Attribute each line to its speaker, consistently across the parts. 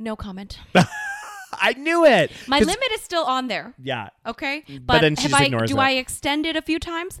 Speaker 1: No comment.
Speaker 2: I knew it.
Speaker 1: My
Speaker 2: 'Cause-
Speaker 1: limit is still on there.
Speaker 2: Yeah.
Speaker 1: Okay, but,
Speaker 2: then she
Speaker 1: have
Speaker 2: just
Speaker 1: I,
Speaker 2: ignores
Speaker 1: do
Speaker 2: it.
Speaker 1: I extend it a few times?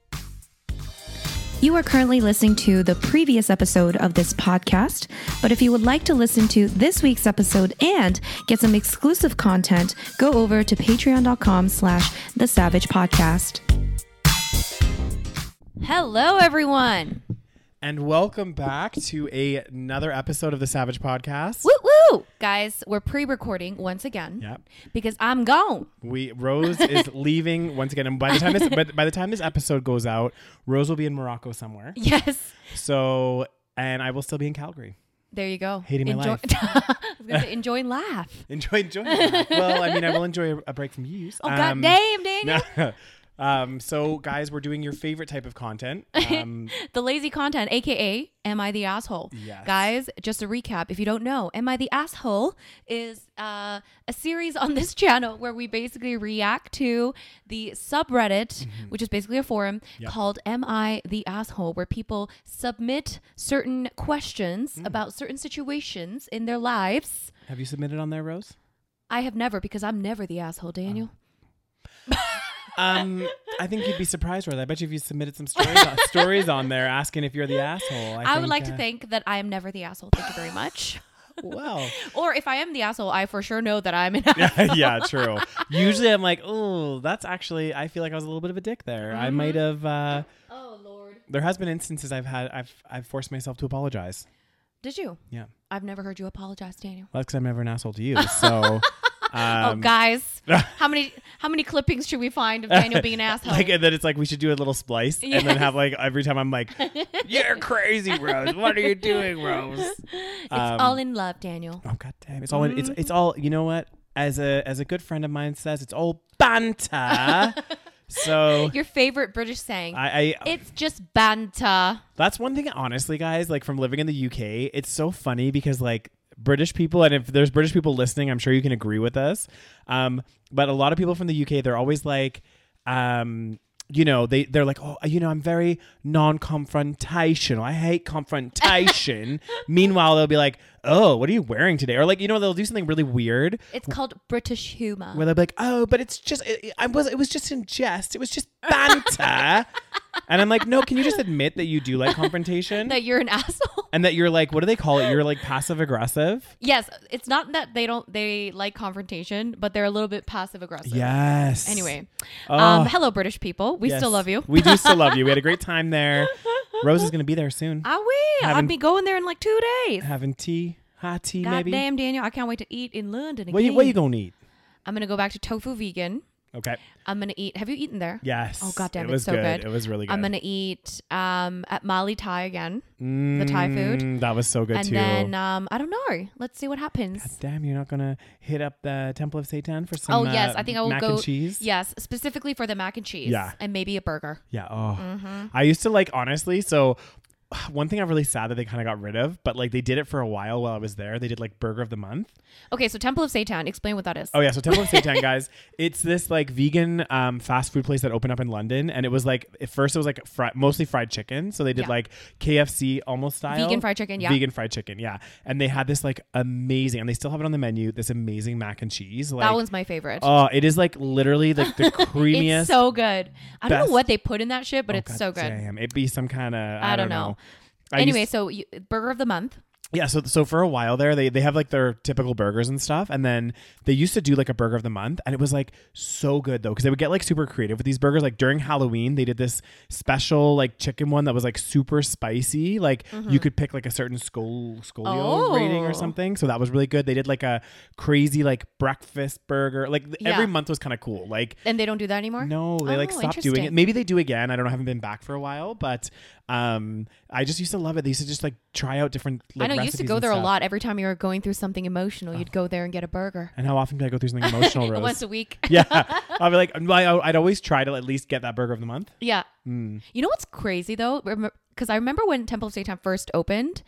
Speaker 1: You are currently listening to the previous episode of this podcast, but if you would like to listen to this week's episode and get some exclusive content, go over to patreon.com slash the savage podcast. Hello everyone.
Speaker 2: And welcome back to a- another episode of the Savage Podcast.
Speaker 1: Woo woo! Guys, we're pre-recording once again.
Speaker 2: Yep.
Speaker 1: Because I'm gone.
Speaker 2: We Rose is leaving once again, and by the time this by, by the time this episode goes out, Rose will be in Morocco somewhere.
Speaker 1: Yes.
Speaker 2: So, and I will still be in Calgary.
Speaker 1: There you go.
Speaker 2: Hating my
Speaker 1: enjoy-
Speaker 2: life.
Speaker 1: I was gonna say enjoy and laugh.
Speaker 2: Enjoy, enjoy. that. well, I mean, I will enjoy a, a break from you.
Speaker 1: Oh god damn, Daniel.
Speaker 2: um, so, guys, we're doing your favorite type of content. Um,
Speaker 1: The lazy content, aka Am I the Asshole?
Speaker 2: Yes.
Speaker 1: Guys, just a recap. If you don't know, Am I the Asshole is uh, a series on this channel where we basically react to the subreddit,
Speaker 2: Mm-hmm.
Speaker 1: which is basically a forum called Am I the Asshole, where people submit certain questions
Speaker 2: Hmm.
Speaker 1: about certain situations in their lives.
Speaker 2: have you submitted on there, Rose?
Speaker 1: I have never, because I'm never the
Speaker 2: Uh,
Speaker 1: asshole, Daniel.
Speaker 2: Um, I think you'd be surprised, Rose. I bet you if you submitted some stories, stories on there asking if you're the asshole. I,
Speaker 1: I, would
Speaker 2: think,
Speaker 1: like to
Speaker 2: uh,
Speaker 1: think that I am never the asshole. Thank you very much.
Speaker 2: Well,
Speaker 1: or if I am the asshole, I for sure know that I'm an asshole.
Speaker 2: yeah, true. Usually, I'm like, oh, that's actually. I feel like I was a little bit of a dick there. I
Speaker 1: Mm-hmm.
Speaker 2: might have. Uh,
Speaker 1: Oh, Lord.
Speaker 2: there has been instances I've had. I've I've forced myself to apologize.
Speaker 1: Did you?
Speaker 2: Yeah,
Speaker 1: I've never heard you apologize, Daniel.
Speaker 2: well, that's because I'm never an asshole to you. So. Um,
Speaker 1: oh, guys, how many how many clippings should we find of Daniel being an asshole?
Speaker 2: Like and then it's like we should do a little splice and then have like every time I'm like, You're crazy, Rose. What are you doing, Rose?
Speaker 1: it's
Speaker 2: um,
Speaker 1: all in love, Daniel.
Speaker 2: Oh god damn. It's all it's it's all you know what? As a as a good friend of mine says, it's all banter. so
Speaker 1: Your favorite British saying.
Speaker 2: I, I
Speaker 1: it's just banter.
Speaker 2: that's one thing honestly, guys, like from living in the UK, it's so funny because like British people, and if there's British people listening, I'm sure you can agree with us. Um, but a lot of people from the UK, they're always like, um, you know, they they're like, oh, you know, I'm very non-confrontational. I hate confrontation. Meanwhile, they'll be like, oh, what are you wearing today? Or like, you know, they'll do something really weird
Speaker 1: It's called British humor.
Speaker 2: where they'll be like, oh, but it's just, it, I was, it was just in jest. It was just banter. and I'm like, no, can you just admit that you do like confrontation?
Speaker 1: that you're an asshole.
Speaker 2: and that you're like, what do they call it? You're like passive aggressive.
Speaker 1: Yes, it's not that they don't they like confrontation, but they're a little bit passive aggressive.
Speaker 2: Yes.
Speaker 1: Anyway,
Speaker 2: Oh.
Speaker 1: um, hello British people. We
Speaker 2: Yes.
Speaker 1: still love you.
Speaker 2: we do still love you. We had a great time there. Rose is gonna be there soon.
Speaker 1: Are we? I'll
Speaker 2: Haven't-
Speaker 1: be going there in like two days.
Speaker 2: Having tea, hot tea,
Speaker 1: God
Speaker 2: maybe.
Speaker 1: damn, Daniel, I can't wait to eat in London again.
Speaker 2: What you, what you gonna eat?
Speaker 1: I'm gonna go back to tofu vegan.
Speaker 2: Okay.
Speaker 1: I'm gonna eat. Have you eaten there?
Speaker 2: Yes.
Speaker 1: Oh god damn,
Speaker 2: it was
Speaker 1: it's so good.
Speaker 2: It was really good.
Speaker 1: I'm gonna eat um at Mali Thai again, the Thai food,
Speaker 2: Mm, that was so good
Speaker 1: and
Speaker 2: too.
Speaker 1: then um I don't know. Let's see what happens.
Speaker 2: Damn, you're not gonna hit up the Temple of Satan for some.
Speaker 1: Oh yes,
Speaker 2: uh,
Speaker 1: I think I will
Speaker 2: mac
Speaker 1: go.
Speaker 2: and cheese.
Speaker 1: Yes, specifically for the mac and cheese.
Speaker 2: Yeah.
Speaker 1: and maybe a burger.
Speaker 2: Yeah. Oh,
Speaker 1: Mm-hmm.
Speaker 2: I used to like honestly. So one thing I'm really sad that they kind of got rid of, but like they did it for a while while I was there. They did like burger of the month.
Speaker 1: Okay, so Temple of Satan. Explain what that is.
Speaker 2: Oh yeah, so Temple of Satan, guys. It's this like vegan um, fast food place that opened up in London, and it was like at first it was like fri- mostly fried chicken. So they did
Speaker 1: Yeah.
Speaker 2: like KFC almost style
Speaker 1: Vegan fried chicken, yeah.
Speaker 2: vegan fried chicken, yeah. And they had this like amazing, and they still have it on the menu. This amazing mac and cheese. Like,
Speaker 1: that one's my favorite.
Speaker 2: oh, it is like literally like the creamiest.
Speaker 1: it's so good. I don't
Speaker 2: best- Oh,
Speaker 1: know what they put in that shit, but it's
Speaker 2: God
Speaker 1: so good.
Speaker 2: Damn, it'd be some kind of I,
Speaker 1: I don't know.
Speaker 2: know. I used-
Speaker 1: Anyway, so you, burger of the month.
Speaker 2: Yeah, so so for a while there, they they have like their typical burgers and stuff, and then they used to do like a burger of the month, and it was like so good though, because they would get like super creative with these burgers. Like during Halloween, they did this special like chicken one that was like super spicy. Like you could pick like a certain scol scolio
Speaker 1: Mm-hmm. Oh.
Speaker 2: rating or something, so that was really good. They did like a crazy like breakfast burger. Like th-
Speaker 1: Yeah.
Speaker 2: every month was kind of cool. Like
Speaker 1: And they don't do that anymore.
Speaker 2: no, they like
Speaker 1: Oh,
Speaker 2: stopped doing it.
Speaker 1: interesting.
Speaker 2: Maybe they do again. I don't know. I haven't been back for a while, but um, I just used to love it. They used to just like try out different like
Speaker 1: I know you used to
Speaker 2: recipes
Speaker 1: go
Speaker 2: and
Speaker 1: there a
Speaker 2: stuff. Oh.
Speaker 1: lot. Every time you were going through something emotional, you'd go there and get a burger
Speaker 2: And how often did I go through something emotional, Rose?
Speaker 1: once a week.
Speaker 2: yeah, I'll be like, um, I, I'd always try to at least get that burger of the month.
Speaker 1: Yeah.
Speaker 2: Mm.
Speaker 1: You know what's crazy though? Because I remember when Temple of Satan first opened,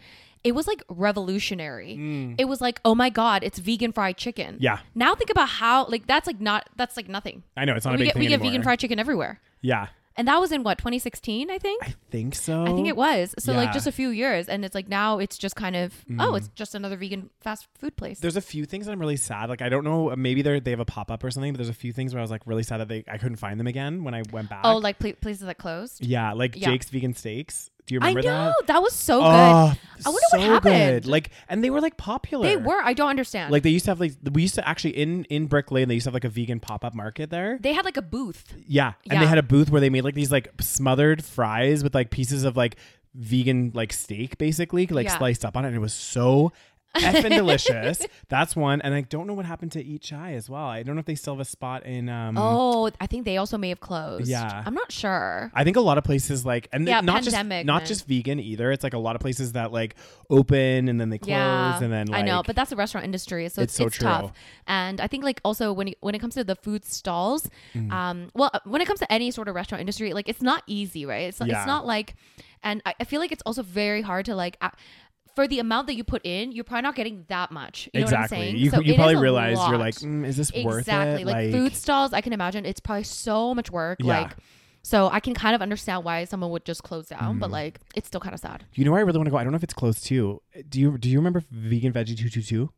Speaker 1: it was like revolutionary. It was like, oh my god, it's vegan fried chicken.
Speaker 2: Mm. Yeah.
Speaker 1: Now think about how like that's like not that's like nothing.
Speaker 2: I know it's not a
Speaker 1: we
Speaker 2: big
Speaker 1: get
Speaker 2: thing
Speaker 1: we get
Speaker 2: anymore.
Speaker 1: vegan fried chicken everywhere,
Speaker 2: Yeah,
Speaker 1: and that was in what 2016, I think.
Speaker 2: I think so.
Speaker 1: I think it was. So like
Speaker 2: Yeah. Mm.
Speaker 1: just a few years, and it's like now it's just kind of oh, it's just another vegan fast food place.
Speaker 2: There's a few things I'm really sad. Like I don't know, maybe they they have a pop up or something, but there's a few things where I was like really sad that they I couldn't find them again when I went back.
Speaker 1: oh, like pla- places that closed.
Speaker 2: yeah, like
Speaker 1: yeah.
Speaker 2: Jake's vegan steaks. Do you
Speaker 1: I
Speaker 2: remember
Speaker 1: know
Speaker 2: that?
Speaker 1: that? was so
Speaker 2: Oh,
Speaker 1: I wonder what
Speaker 2: so
Speaker 1: happened.
Speaker 2: Good. Like, and they were like popular.
Speaker 1: good. They were. I don't understand.
Speaker 2: Like they used to have like we used to actually in in Brick Lane they used to have like a vegan pop up market there.
Speaker 1: they had like a booth.
Speaker 2: Yeah. And they
Speaker 1: Yeah.
Speaker 2: had a booth where they made like these like smothered fries with like pieces of like vegan like steak basically like
Speaker 1: Yeah.
Speaker 2: sliced up on it and it was so effing delicious. That's one. And I don't know what happened to Eat Chai as well. I don't know if they still have a spot in um
Speaker 1: Oh, I think they also may have closed.
Speaker 2: Yeah.
Speaker 1: I'm not sure.
Speaker 2: I think a lot of places like and
Speaker 1: Yeah,
Speaker 2: not just
Speaker 1: pandemic,
Speaker 2: not
Speaker 1: man.
Speaker 2: just vegan either. It's like a lot of places that like open and then they close
Speaker 1: yeah,
Speaker 2: and then like
Speaker 1: I know, but that's the restaurant industry, so it's,
Speaker 2: It's so
Speaker 1: it's
Speaker 2: true.
Speaker 1: tough. And I think like also when it- when it comes to the food stalls,
Speaker 2: Mm-hmm.
Speaker 1: um, well, uh, when it comes to any sort of restaurant industry, like it's not easy, right? It's
Speaker 2: Yeah.
Speaker 1: it's not like, and I, I feel like it's also very hard to like. a- for the amount that you put in, you're probably not getting that much. You know what I'm
Speaker 2: exactly.
Speaker 1: saying?
Speaker 2: You,
Speaker 1: So
Speaker 2: you
Speaker 1: it
Speaker 2: probably
Speaker 1: is a
Speaker 2: realize you're
Speaker 1: lot.
Speaker 2: like, mm, is this worth it?
Speaker 1: exactly like, food stalls i can imagine it's probably so much work
Speaker 2: Yeah.
Speaker 1: like so i can kind of understand why someone would just close down
Speaker 2: Mm-hmm.
Speaker 1: but like it's still kind of sad
Speaker 2: You know where I really want to go? I don't know if it's close to. Do you do you remember Vegan Veggie Two Two Two?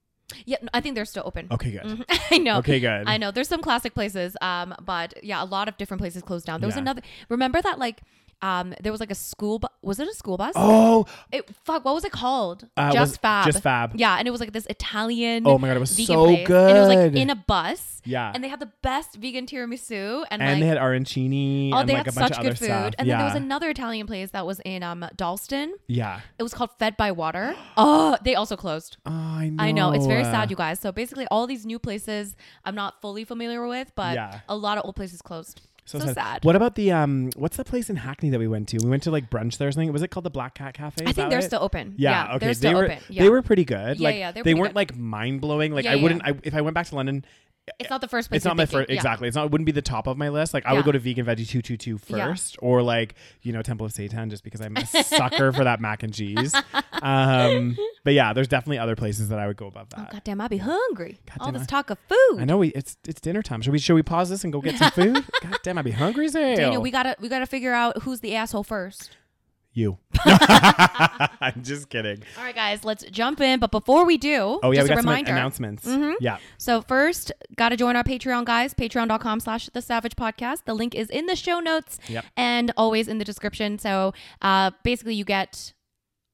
Speaker 1: yeah no, i think they're still open Mm-hmm.
Speaker 2: Okay, good.
Speaker 1: i know
Speaker 2: Okay, good.
Speaker 1: i know there's some classic places um but yeah a lot of different places closed down there was
Speaker 2: Yeah.
Speaker 1: another remember that like um there was like a school bu- was it a school bus
Speaker 2: Oh,
Speaker 1: it, fuck what was it called
Speaker 2: Uh, it
Speaker 1: just
Speaker 2: was
Speaker 1: fab
Speaker 2: Just Fab.
Speaker 1: yeah and it was like this italian
Speaker 2: Oh my God, it was
Speaker 1: vegan
Speaker 2: so
Speaker 1: place. and it was like
Speaker 2: good.
Speaker 1: in a bus
Speaker 2: Yeah.
Speaker 1: and they had the best vegan tiramisu and,
Speaker 2: and
Speaker 1: like
Speaker 2: they had arancini
Speaker 1: Oh,
Speaker 2: and
Speaker 1: they had
Speaker 2: like a bunch
Speaker 1: such
Speaker 2: of
Speaker 1: good
Speaker 2: other
Speaker 1: food.
Speaker 2: stuff.
Speaker 1: And
Speaker 2: yeah.
Speaker 1: then there was another Italian place that was in um, Dalston.
Speaker 2: yeah.
Speaker 1: It was called Fed by Water. Oh, they also closed.
Speaker 2: Oh, I know.
Speaker 1: I know. It's very sad,
Speaker 2: Uh,
Speaker 1: you guys. So basically, all these new places I'm not fully familiar with, but
Speaker 2: Yeah.
Speaker 1: a lot of old places closed. So, sad.
Speaker 2: What about the um? What's the place in Hackney that we went to? We went to like brunch there or something. Was it called the Black Cat Cafe?
Speaker 1: I think
Speaker 2: Is that
Speaker 1: they're
Speaker 2: it?
Speaker 1: still open.
Speaker 2: Yeah, okay.
Speaker 1: They're still
Speaker 2: they were
Speaker 1: open. Yeah.
Speaker 2: they were pretty good.
Speaker 1: Yeah,
Speaker 2: like
Speaker 1: yeah, they were
Speaker 2: they
Speaker 1: pretty
Speaker 2: weren't
Speaker 1: good.
Speaker 2: like mind blowing. Like
Speaker 1: Yeah,
Speaker 2: I
Speaker 1: yeah,
Speaker 2: wouldn't. I, if I went back to London,
Speaker 1: it's not the first place.
Speaker 2: it's not
Speaker 1: you're
Speaker 2: my
Speaker 1: thinking.
Speaker 2: first.
Speaker 1: Yeah.
Speaker 2: Exactly, it's not. It wouldn't be the top of my list. Like I would
Speaker 1: Yeah.
Speaker 2: go to Vegan Veggie Two Two Two
Speaker 1: Yeah.
Speaker 2: first, or like you know Temple of Satan, just because I'm a sucker for that mac and cheese. Um, but yeah, there's definitely other places that I would go above that.
Speaker 1: God damn, I'd be hungry. all
Speaker 2: damn, I-
Speaker 1: this talk of food.
Speaker 2: I know we it's it's dinner time. Should we should we pause this and go get some food? God damn, I'd be hungry as hell.
Speaker 1: Daniel, we gotta we gotta figure out who's the asshole first.
Speaker 2: you. I'm just kidding.
Speaker 1: All right, guys, let's jump in. But before we do,
Speaker 2: Oh yeah,
Speaker 1: just
Speaker 2: we
Speaker 1: a
Speaker 2: got some
Speaker 1: reminder. Mm-hmm.
Speaker 2: announcements. Yeah.
Speaker 1: So first, gotta join our Patreon, guys. Patreon.com slash the Savage Podcast. The link is in the show notes
Speaker 2: Yep.
Speaker 1: and always in the description. So uh basically you get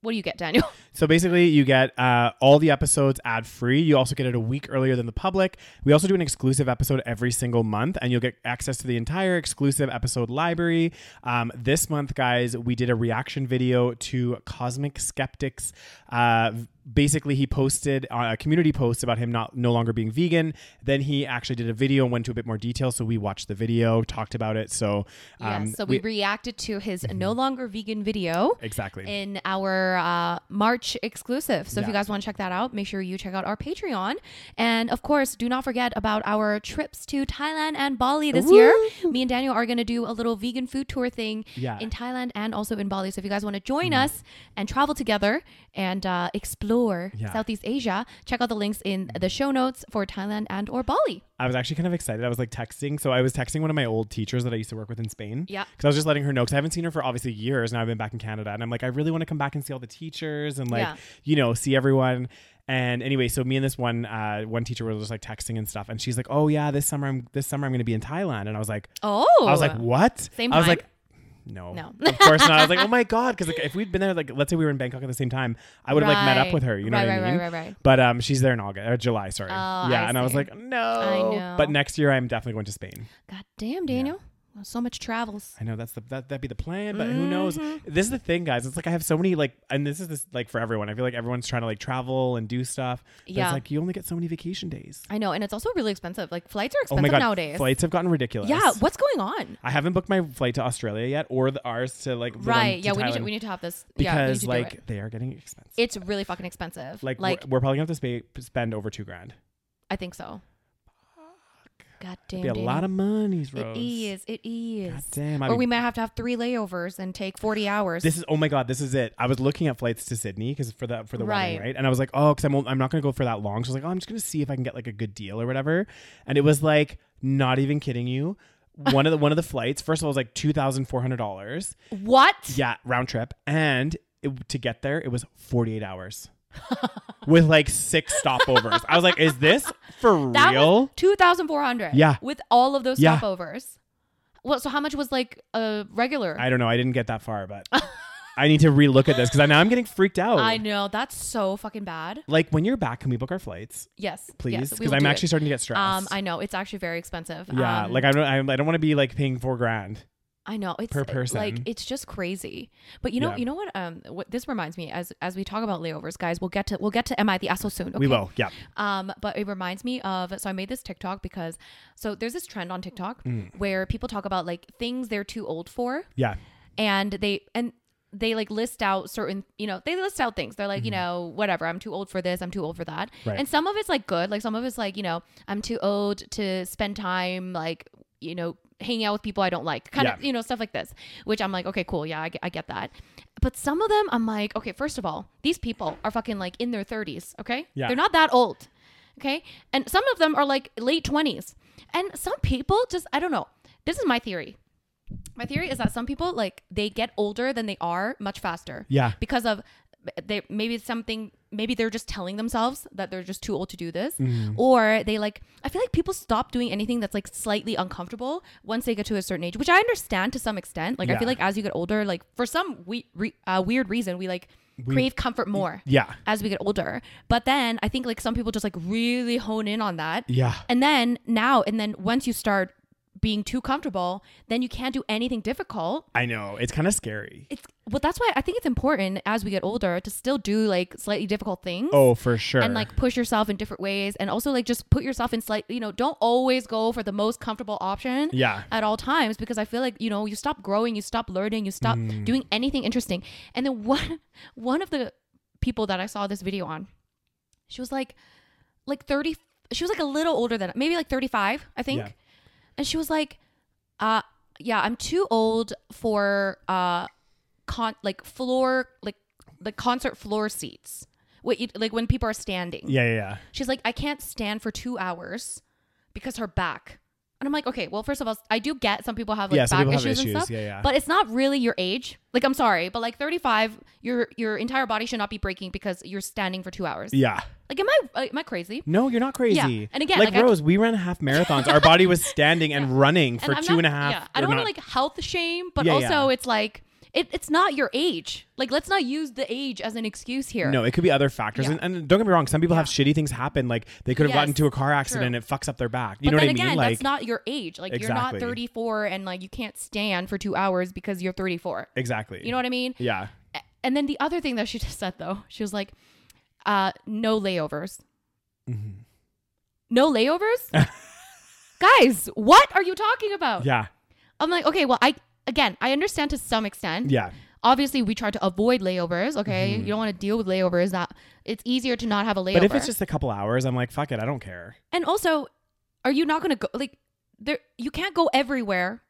Speaker 1: what do you get, Daniel?
Speaker 2: So basically, you get uh, all the episodes ad free. You also get it a week earlier than the public. We also do an exclusive episode every single month, and you'll get access to the entire exclusive episode library. Um, this month, guys, we did a reaction video to Cosmic Skeptics. Uh, v- basically, he posted uh, a community post about him not no longer being vegan. Then he actually did a video and went to a bit more detail. So we watched the video, talked about it. So um,
Speaker 1: yes. So we, reacted to his no longer vegan video
Speaker 2: exactly.
Speaker 1: in our uh, March exclusive. So if you
Speaker 2: Yeah.
Speaker 1: guys want to check that out, make sure you check out our Patreon. And of course, do not forget about our trips to Thailand and Bali this year. Me and Daniel are going to do a little vegan food tour thing
Speaker 2: Yeah. Mm.
Speaker 1: in Thailand and also in Bali. So if you guys want to join us and travel together and uh, explore
Speaker 2: Yeah. Mm.
Speaker 1: Southeast Asia, check out the links in the show notes for Thailand and or Bali.
Speaker 2: I was actually kind of excited. I was like texting. So I was texting one of my old teachers that I used to work with in Spain.
Speaker 1: Yeah.
Speaker 2: Because I was just letting her know because I haven't seen her for obviously years. Now I've been back in Canada, and I'm like, I really want to come back and see all the teachers and like,
Speaker 1: Yeah.
Speaker 2: you know, see everyone. And anyway, so me and this one uh, one teacher were just like texting and stuff, and she's like, "Oh yeah, this summer I'm this summer I'm going to be in Thailand," and I was like,
Speaker 1: Oh,
Speaker 2: I was like, "What?"
Speaker 1: Same
Speaker 2: I was
Speaker 1: time?
Speaker 2: like. No,
Speaker 1: No.
Speaker 2: of course not. I was like, oh my god, because like if we'd been there, like let's say we were in Bangkok at the same time, I would have like met up
Speaker 1: Right.
Speaker 2: with her. You know
Speaker 1: Right,
Speaker 2: what I
Speaker 1: right,
Speaker 2: mean?
Speaker 1: right, right, right.
Speaker 2: But um, she's there in August or July, sorry.
Speaker 1: Oh,
Speaker 2: yeah,
Speaker 1: I
Speaker 2: and I was
Speaker 1: see.
Speaker 2: like, no.
Speaker 1: I know.
Speaker 2: But next year, I'm definitely going to Spain.
Speaker 1: God damn, Daniel. So much travels.
Speaker 2: I know that's the that that'd be the plan, but who knows?
Speaker 1: Mm-hmm.
Speaker 2: This is the thing, guys. It's like I have so many like, and this is this like for everyone. I feel like everyone's trying to like travel and do stuff. But
Speaker 1: Yeah.
Speaker 2: it's like you only get so many vacation days.
Speaker 1: I know, and it's also really expensive. Like flights are
Speaker 2: Oh
Speaker 1: expensive
Speaker 2: my god,
Speaker 1: nowadays.
Speaker 2: flights have gotten ridiculous.
Speaker 1: Yeah, what's going on?
Speaker 2: I haven't booked my flight to Australia yet, or the ours to like the one
Speaker 1: Right.
Speaker 2: to
Speaker 1: Yeah, we need to
Speaker 2: Thailand,
Speaker 1: we need to have this. yeah, we need
Speaker 2: because
Speaker 1: to do
Speaker 2: like
Speaker 1: it.
Speaker 2: they are getting expensive.
Speaker 1: it's really fucking expensive.
Speaker 2: like
Speaker 1: Like,
Speaker 2: we're, we're probably gonna have to spa- spend over two grand.
Speaker 1: I think so. God damn.
Speaker 2: Be a
Speaker 1: Danny.
Speaker 2: lot of monies,
Speaker 1: It
Speaker 2: Rose.
Speaker 1: is. It is.
Speaker 2: God damn, I
Speaker 1: or
Speaker 2: mean-
Speaker 1: we might have to have three layovers and take forty hours.
Speaker 2: This is oh my god, this is it. I was looking at flights to Sydney because for the for the wedding,
Speaker 1: Right.
Speaker 2: right? And I was like, oh, because I'm I'm not gonna go for that long. So I was like, oh, I'm just gonna see if I can get like a good deal or whatever. And it was like, not even kidding you. One of the one of the flights, first of all, was like two thousand four hundred dollars.
Speaker 1: what?
Speaker 2: Yeah, round trip, and it, to get there, it was forty eight hours. with like six stopovers. I was like, is this for
Speaker 1: That
Speaker 2: real?
Speaker 1: was two thousand four hundred.
Speaker 2: Yeah.
Speaker 1: With all of those
Speaker 2: Yeah.
Speaker 1: stopovers. Well, so how much was like a regular?
Speaker 2: I don't know. I didn't get that far, but I need to relook at this because now I'm getting freaked out.
Speaker 1: I know that's so fucking bad.
Speaker 2: Like when you're back, can we book our flights?
Speaker 1: Yes,
Speaker 2: please
Speaker 1: yes, we
Speaker 2: because
Speaker 1: will
Speaker 2: i'm
Speaker 1: do
Speaker 2: actually
Speaker 1: it.
Speaker 2: starting to get stressed
Speaker 1: Um, I know it's actually very expensive.
Speaker 2: yeah
Speaker 1: Um,
Speaker 2: like i don't i, I don't want to be like paying four grand
Speaker 1: I know it's
Speaker 2: per
Speaker 1: uh, Like
Speaker 2: person.
Speaker 1: it's just crazy. But you know,
Speaker 2: Yeah.
Speaker 1: you know what? Um, what this reminds me as as we talk about layovers, guys. We'll get to we'll get to MI the asshole soon. Okay?
Speaker 2: we will yeah
Speaker 1: Um, but it reminds me of so I made this TikTok because so there's this trend on TikTok
Speaker 2: Mm.
Speaker 1: where people talk about like things they're too old for
Speaker 2: yeah
Speaker 1: and they and they like list out certain you know they list out things they're like you know whatever i'm too old for this i'm too old for that
Speaker 2: Mm-hmm. Right.
Speaker 1: and some of it's like good like some of it's like you know i'm too old to spend time like you know hanging out with people i don't like kind of
Speaker 2: Yeah.
Speaker 1: you know stuff like this which i'm like okay cool yeah I get, I get that but some of them i'm like okay first of all these people are fucking like in their 30s okay
Speaker 2: Yeah.
Speaker 1: they're not that old okay and some of them are like late 20s and some people just i don't know this is my theory my theory is that some people like they get older than they are much faster.
Speaker 2: Yeah.
Speaker 1: Because of they maybe it's something maybe they're just telling themselves that they're just too old to do this or they like I feel like people stop doing anything that's like slightly uncomfortable once they get to a certain age, which I understand to some extent. Like I
Speaker 2: Yeah.
Speaker 1: feel like as you get older, like for some we re- uh, weird reason we like crave comfort more
Speaker 2: yeah
Speaker 1: as we get older. But then I think like some people just like really hone in on that.
Speaker 2: yeah
Speaker 1: And then now, and then once you start being too comfortable, then you can't do anything difficult.
Speaker 2: i know it's kind of scary
Speaker 1: It's well, that's why I think it's important as we get older to still do like slightly difficult things.
Speaker 2: oh for sure
Speaker 1: And like push yourself in different ways, and also like just put yourself in slight, you know, don't always go for the most comfortable option
Speaker 2: yeah
Speaker 1: at all times because I feel like you know you stop growing, you stop learning, you stop
Speaker 2: Mm.
Speaker 1: doing anything interesting. And then one one of the people that I saw this video on, she was like, like thirty. She was like a little older than maybe like thirty five, I think.
Speaker 2: Yeah.
Speaker 1: And she was like, uh, yeah, I'm too old for uh, con like floor like the concert floor seats. What you, like when people are standing.
Speaker 2: yeah yeah yeah
Speaker 1: She's like, I can't stand for two hours because her back. And I'm like, okay, well, first of all, I do get some people have like
Speaker 2: Yeah, some
Speaker 1: back
Speaker 2: people have
Speaker 1: issues, and
Speaker 2: issues.
Speaker 1: stuff,
Speaker 2: Yeah, yeah.
Speaker 1: but it's not really your age. Like, I'm sorry, but like 35, your your entire body should not be breaking because you're standing for two hours.
Speaker 2: yeah
Speaker 1: Like, am I uh, am I crazy?
Speaker 2: no you're not crazy
Speaker 1: Yeah. And again,
Speaker 2: like,
Speaker 1: like, I-
Speaker 2: rose we ran half marathons our body was standing and running for
Speaker 1: And I'm
Speaker 2: two
Speaker 1: not-
Speaker 2: and a half.
Speaker 1: Yeah, I
Speaker 2: or
Speaker 1: don't want to
Speaker 2: not-
Speaker 1: like health shame, but
Speaker 2: Yeah,
Speaker 1: also
Speaker 2: yeah.
Speaker 1: it's like it, it's not your age. Like, let's not use the age as an excuse here.
Speaker 2: no, it could be other factors,
Speaker 1: Yeah.
Speaker 2: and, and don't get me wrong. Some people have shitty things happen, like they could have gotten
Speaker 1: Yes,
Speaker 2: into a car accident,
Speaker 1: true.
Speaker 2: and it fucks up their back. You
Speaker 1: but
Speaker 2: know
Speaker 1: then
Speaker 2: what I
Speaker 1: again,
Speaker 2: mean?
Speaker 1: that's
Speaker 2: Like
Speaker 1: not your age. Like, you're not
Speaker 2: Exactly.
Speaker 1: 34 and like you can't stand for two hours because you're 34.
Speaker 2: exactly.
Speaker 1: You know what I mean?
Speaker 2: Yeah.
Speaker 1: A- And then the other thing that she just said though, she was like, uh, no layovers. No layovers? Guys, what are you talking about?
Speaker 2: Mm-hmm. Yeah.
Speaker 1: I'm like, okay, well, I again, I understand to some extent.
Speaker 2: Yeah. Mm-hmm.
Speaker 1: Obviously, we try to avoid layovers, okay? You don't want to deal with layovers. That it's easier to not have a layover.
Speaker 2: But if it's just a couple hours, I'm like, fuck it, I don't care.
Speaker 1: And also, are you not going to go like there you can't go everywhere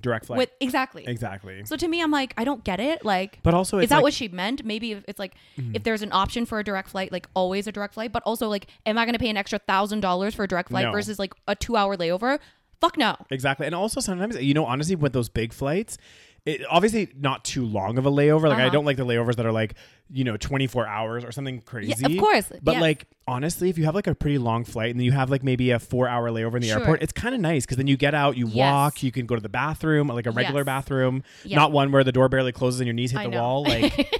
Speaker 2: Direct flight.
Speaker 1: with exactly.
Speaker 2: Exactly.
Speaker 1: So to me, I'm like, I don't get it. Like
Speaker 2: But also, it's
Speaker 1: is that
Speaker 2: like, Mm-hmm.
Speaker 1: what she meant? Maybe if it's like if there's an option for a direct flight, like always a direct flight, but also like, am I going to pay an extra thousand dollars for a direct flight
Speaker 2: No.
Speaker 1: versus like a two hour layover? Fuck no.
Speaker 2: exactly. And also, sometimes you know, honestly, with those big flights, it obviously not too long of a layover.
Speaker 1: Uh-huh.
Speaker 2: Like I don't like the layovers that are like you know 24 hours or something crazy.
Speaker 1: course,
Speaker 2: But
Speaker 1: yes.
Speaker 2: like honestly, if you have like a pretty long flight and you have like maybe a four hour layover in the
Speaker 1: Sure.
Speaker 2: airport, it's kind of nice because then you get out, you
Speaker 1: Yes.
Speaker 2: walk, you can go to the bathroom, like a regular
Speaker 1: Yes.
Speaker 2: bathroom,
Speaker 1: Yeah.
Speaker 2: not one where the door barely closes and your knees hit
Speaker 1: I
Speaker 2: the
Speaker 1: know.
Speaker 2: wall. Like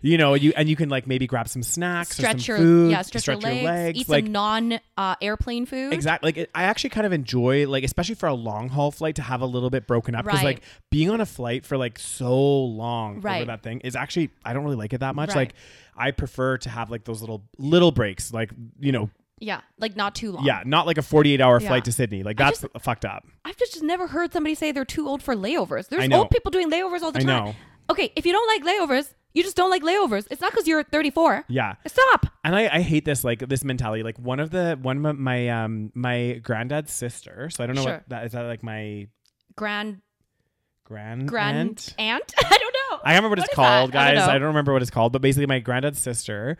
Speaker 2: you know, you and you can like maybe grab some snacks, or
Speaker 1: stretch
Speaker 2: some
Speaker 1: your
Speaker 2: food,
Speaker 1: yeah, stretch, your legs, eat
Speaker 2: like
Speaker 1: some non uh, airplane food.
Speaker 2: Exactly. Like it- I actually kind of enjoy like especially for a long haul flight to have a little bit broken up because
Speaker 1: Right.
Speaker 2: like being on a flight for like so long over
Speaker 1: Right.
Speaker 2: that thing is actually I don't really like it that much.
Speaker 1: Right.
Speaker 2: Like I prefer to have like those little little breaks. Like you know,
Speaker 1: Yeah, like not too long.
Speaker 2: yeah, not like a forty eight hour
Speaker 1: Yeah.
Speaker 2: flight to Sydney. Like
Speaker 1: I
Speaker 2: that's fucked up.
Speaker 1: I've just never heard somebody say they're too old for layovers.
Speaker 2: I
Speaker 1: There's
Speaker 2: know.
Speaker 1: old people doing layovers all the
Speaker 2: I
Speaker 1: time.
Speaker 2: know.
Speaker 1: Okay, if you don't like layovers, you just don't like layovers. It's not because you're 34.
Speaker 2: Yeah.
Speaker 1: Stop.
Speaker 2: And I, I hate this like this mentality. Like one of the one of my um my granddad's sister. So I don't know
Speaker 1: Sure.
Speaker 2: what that is. That like my
Speaker 1: Grand
Speaker 2: grand
Speaker 1: grand
Speaker 2: aunt?
Speaker 1: aunt. I don't know.
Speaker 2: I can't remember what,
Speaker 1: What
Speaker 2: it's
Speaker 1: is that?
Speaker 2: called,
Speaker 1: I
Speaker 2: guys.
Speaker 1: don't
Speaker 2: I don't,
Speaker 1: know.
Speaker 2: remember what it's called, but basically, my granddad's sister,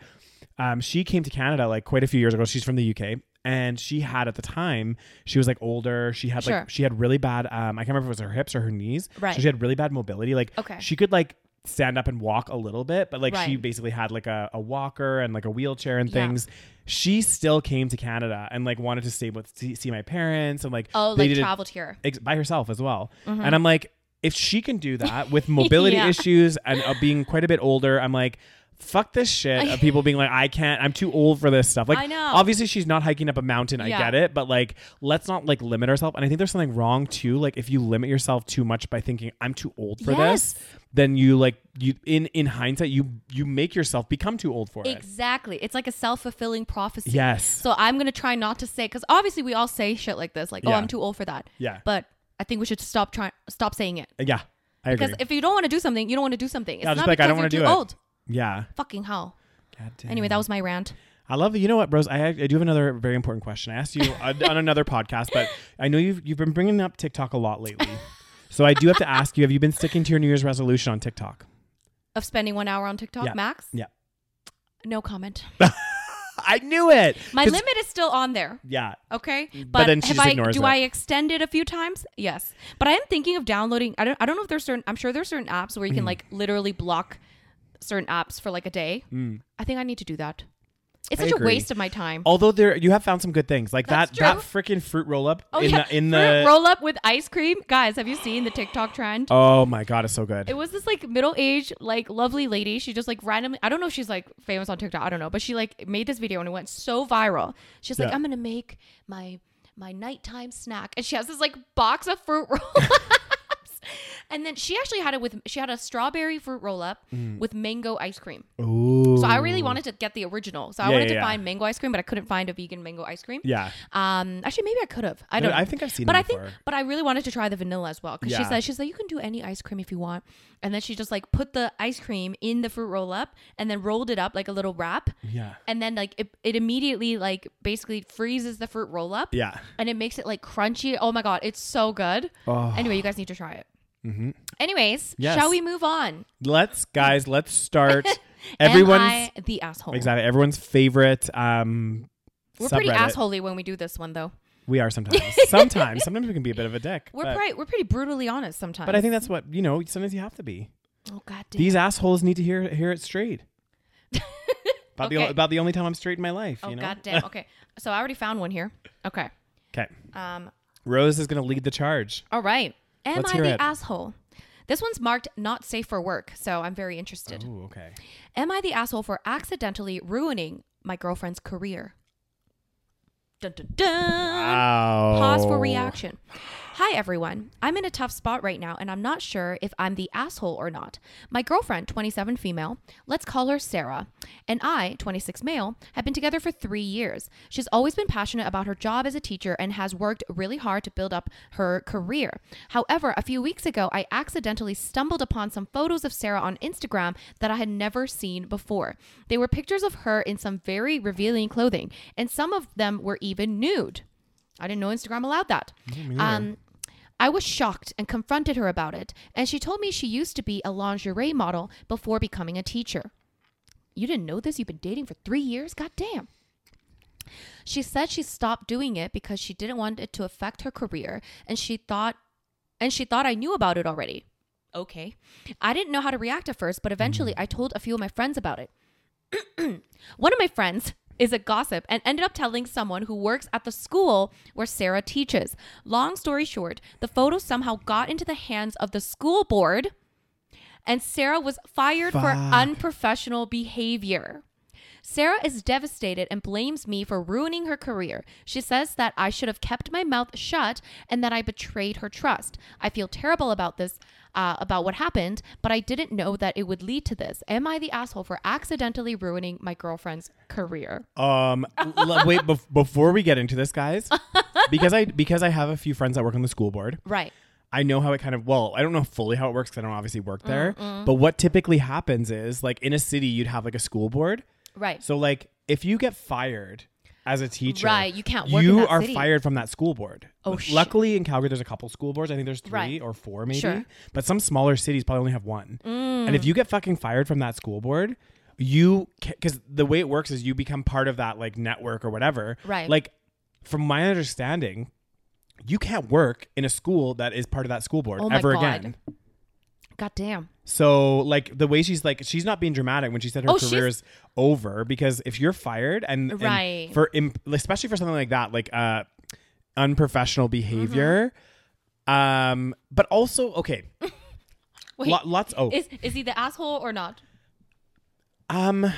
Speaker 2: um, she came to Canada like quite a few years ago. She's from the UK, and she had at the time she was like older. She had like
Speaker 1: Sure.
Speaker 2: she had really bad. Um, I can't remember if it was her hips or her knees.
Speaker 1: Right.
Speaker 2: So she had really bad mobility. Like
Speaker 1: Okay.
Speaker 2: she could like stand up and walk a little bit, but like she
Speaker 1: Right.
Speaker 2: basically had like a, a walker and like a wheelchair and
Speaker 1: Yeah.
Speaker 2: things. She still came to Canada and like wanted to stay with see, see my parents and like
Speaker 1: Oh,
Speaker 2: they
Speaker 1: like
Speaker 2: did it-
Speaker 1: traveled here.
Speaker 2: ex- by herself as well. And I'm like, if she can do that with mobility
Speaker 1: Mm-hmm. Yeah.
Speaker 2: issues and uh, being quite a bit older, I'm like, fuck this shit of people being like, I can't, I'm too old for this stuff. Like,
Speaker 1: I know.
Speaker 2: obviously she's not hiking up a mountain. I
Speaker 1: Yeah.
Speaker 2: get it, but like, let's not like limit ourselves. And I think there's something wrong too. Like, if you limit yourself too much by thinking I'm too old for
Speaker 1: Yes.
Speaker 2: this, then you like you in in hindsight you you make yourself become too old for it.
Speaker 1: Exactly. It's like a self fulfilling prophecy.
Speaker 2: Yes.
Speaker 1: So I'm going to try not to say, because obviously we all say shit like this, like, oh,
Speaker 2: Yeah.
Speaker 1: I'm too old for that.
Speaker 2: Yeah.
Speaker 1: But I think we should stop trying, stop saying it.
Speaker 2: yeah, I agree.
Speaker 1: Because if you don't want to do something, you don't want to do something. It's
Speaker 2: Yeah, just
Speaker 1: not
Speaker 2: be like,
Speaker 1: because
Speaker 2: I don't
Speaker 1: you're
Speaker 2: wanna
Speaker 1: too
Speaker 2: do it. Mm-hmm.
Speaker 1: old.
Speaker 2: yeah.
Speaker 1: Fucking hell.
Speaker 2: God damn.
Speaker 1: Anyway, that was my rant.
Speaker 2: I love you know what, bros. I, I do have another very important question. I asked you on, on another podcast, but I know you've you've been bringing up TikTok a lot lately. So I do have to ask you: Have you been sticking to your New Year's resolution on TikTok?
Speaker 1: Of spending one hour on TikTok
Speaker 2: Yeah.
Speaker 1: max?
Speaker 2: Yeah,
Speaker 1: No comment.
Speaker 2: I knew it.
Speaker 1: My
Speaker 2: 'Cause-
Speaker 1: limit is still on there.
Speaker 2: Yeah,
Speaker 1: Okay, but,
Speaker 2: Mm-hmm. then she
Speaker 1: have
Speaker 2: just
Speaker 1: I,
Speaker 2: ignores
Speaker 1: do
Speaker 2: it.
Speaker 1: I extend it a few times? Yes, but I am thinking of downloading. I don't. I don't know if there's certain. I'm sure there's certain apps where you
Speaker 2: Mm-hmm.
Speaker 1: can like literally block certain apps for like a day. I think I need to do that. It's
Speaker 2: Mm. I
Speaker 1: such
Speaker 2: agree. Oh,
Speaker 1: a waste of my time.
Speaker 2: although there you have found some good things like
Speaker 1: That's
Speaker 2: that that
Speaker 1: true.
Speaker 2: freaking fruit roll up
Speaker 1: oh
Speaker 2: in
Speaker 1: yeah,
Speaker 2: the in
Speaker 1: Fruit
Speaker 2: the
Speaker 1: roll up with ice cream, guys. Have you seen the TikTok trend?
Speaker 2: oh my god, it's so good.
Speaker 1: It was this like middle aged, like lovely lady. She just like randomly, I don't know if she's like famous on TikTok. I don't know, but she like made this video and it went so viral. She's like,
Speaker 2: Yeah.
Speaker 1: I'm gonna make my my nighttime snack, and she has this like box of fruit roll ups, and then she actually had it with she had a strawberry fruit roll up with mango ice cream.
Speaker 2: Mm. Ooh.
Speaker 1: So I really wanted to get the original. So I
Speaker 2: Yeah,
Speaker 1: wanted
Speaker 2: yeah,
Speaker 1: to
Speaker 2: yeah.
Speaker 1: find mango ice cream, but I couldn't find a vegan mango ice cream.
Speaker 2: Yeah,
Speaker 1: Um, actually, maybe I could have. I
Speaker 2: No,
Speaker 1: don't. know.
Speaker 2: I think I've seen
Speaker 1: But
Speaker 2: them
Speaker 1: I think,
Speaker 2: before.
Speaker 1: but I really wanted to try the vanilla as well because she
Speaker 2: Yeah.
Speaker 1: said she's like you can do any ice cream if you want, and then she just like put the ice cream in the fruit roll up and then rolled it up like a little wrap,
Speaker 2: yeah,
Speaker 1: and then like it, it immediately like basically freezes the fruit roll up,
Speaker 2: yeah.
Speaker 1: and it makes it like crunchy. Oh my god, it's so good.
Speaker 2: Oh.
Speaker 1: Anyway, you guys need to try it. Anyways,
Speaker 2: Mm-hmm. Yes.
Speaker 1: shall we move on?
Speaker 2: Let's guys, let's start.
Speaker 1: Am
Speaker 2: Everyone's
Speaker 1: I the asshole.
Speaker 2: exactly everyone's favorite um
Speaker 1: We're pretty
Speaker 2: subreddit.
Speaker 1: assholey when we do this one though.
Speaker 2: We are sometimes. sometimes. Sometimes we can be a bit of a dick.
Speaker 1: We're
Speaker 2: but,
Speaker 1: pretty we're pretty brutally honest sometimes.
Speaker 2: but I think that's what, you know, sometimes you have to be.
Speaker 1: oh god damn.
Speaker 2: These assholes need to hear hear it straight. About, the,
Speaker 1: Okay.
Speaker 2: about the only time I'm straight in my life,
Speaker 1: Oh
Speaker 2: you know?
Speaker 1: goddamn. Okay. So I already found one here. Okay.
Speaker 2: Okay.
Speaker 1: Um
Speaker 2: Rose is going to lead the charge.
Speaker 1: all right. Am
Speaker 2: Let's
Speaker 1: I
Speaker 2: hear
Speaker 1: the
Speaker 2: it.
Speaker 1: asshole? This one's marked not safe for work, so I'm very interested.
Speaker 2: Ooh, okay.
Speaker 1: Am I the asshole for accidentally ruining my girlfriend's career? Dun dun dun.
Speaker 2: Wow.
Speaker 1: Um, Pause for reaction. Hi, everyone. I'm in a tough spot right now, and I'm not sure if I'm the asshole or not. My girlfriend, 27 female, let's call her Sarah, and I, 26 male, have been together for three years. She's always been passionate about her job as a teacher and has worked really hard to build up her career. However, a few weeks ago, I accidentally stumbled upon some photos of Sarah on Instagram that I had never seen before. They were pictures of her in some very revealing clothing, and some of them were even nude. I didn't know Instagram allowed that. Um, I was shocked and confronted her about it, and she told me she used to be a lingerie model before becoming a teacher. You didn't know this? You've been dating for three years? God damn. She said she stopped doing it because she didn't want it to affect her career, and she thought, and she thought I knew about it already. Okay. I didn't know how to react at first, but eventually I told a few of my friends about it. One of my friends is a gossip and ended up telling someone who works at the school where Sarah teaches. Long story short, the photo somehow got into the hands of the school board and Sarah was fired for
Speaker 2: Fuck.
Speaker 1: unprofessional behavior. Sarah is devastated and blames me for ruining her career. She says that I should have kept my mouth shut and that I betrayed her trust. I feel terrible about this, uh, about what happened, but I didn't know that it would lead to this. Am I the asshole for accidentally ruining my girlfriend's career?
Speaker 2: Um, l- wait, bef- before we get into this, guys, because I because I have a few friends that work on the school board.
Speaker 1: Right.
Speaker 2: I know how it kind of well, I don't know fully how it works because I don't obviously work there. But what typically happens is like in a city, you'd have like a school board.
Speaker 1: Right.
Speaker 2: So like if you get fired as a teacher,
Speaker 1: Right, you can't work in
Speaker 2: You
Speaker 1: that
Speaker 2: are
Speaker 1: city.
Speaker 2: fired from that school board.
Speaker 1: Oh,
Speaker 2: L-
Speaker 1: shit.
Speaker 2: luckily in Calgary, there's a couple school boards. I think there's three
Speaker 1: Right.
Speaker 2: or four maybe,
Speaker 1: Sure. Mm.
Speaker 2: but some smaller cities probably only have one. And if you get fucking fired from that school board. You, because the way it works is you become part of that like network or whatever.
Speaker 1: Right.
Speaker 2: Like, from my understanding, you can't work in a school that is part of that school board
Speaker 1: Oh my
Speaker 2: ever
Speaker 1: God.
Speaker 2: again.
Speaker 1: God damn.
Speaker 2: So like the way she's like she's not being dramatic when she said her
Speaker 1: Oh,
Speaker 2: career
Speaker 1: she's-
Speaker 2: is over because if you're fired and, and
Speaker 1: Right.
Speaker 2: for imp- especially for something like that like uh unprofessional behavior um but also okay
Speaker 1: Mm-hmm. Wait.
Speaker 2: lo- lots oh
Speaker 1: is is he the asshole or not?
Speaker 2: um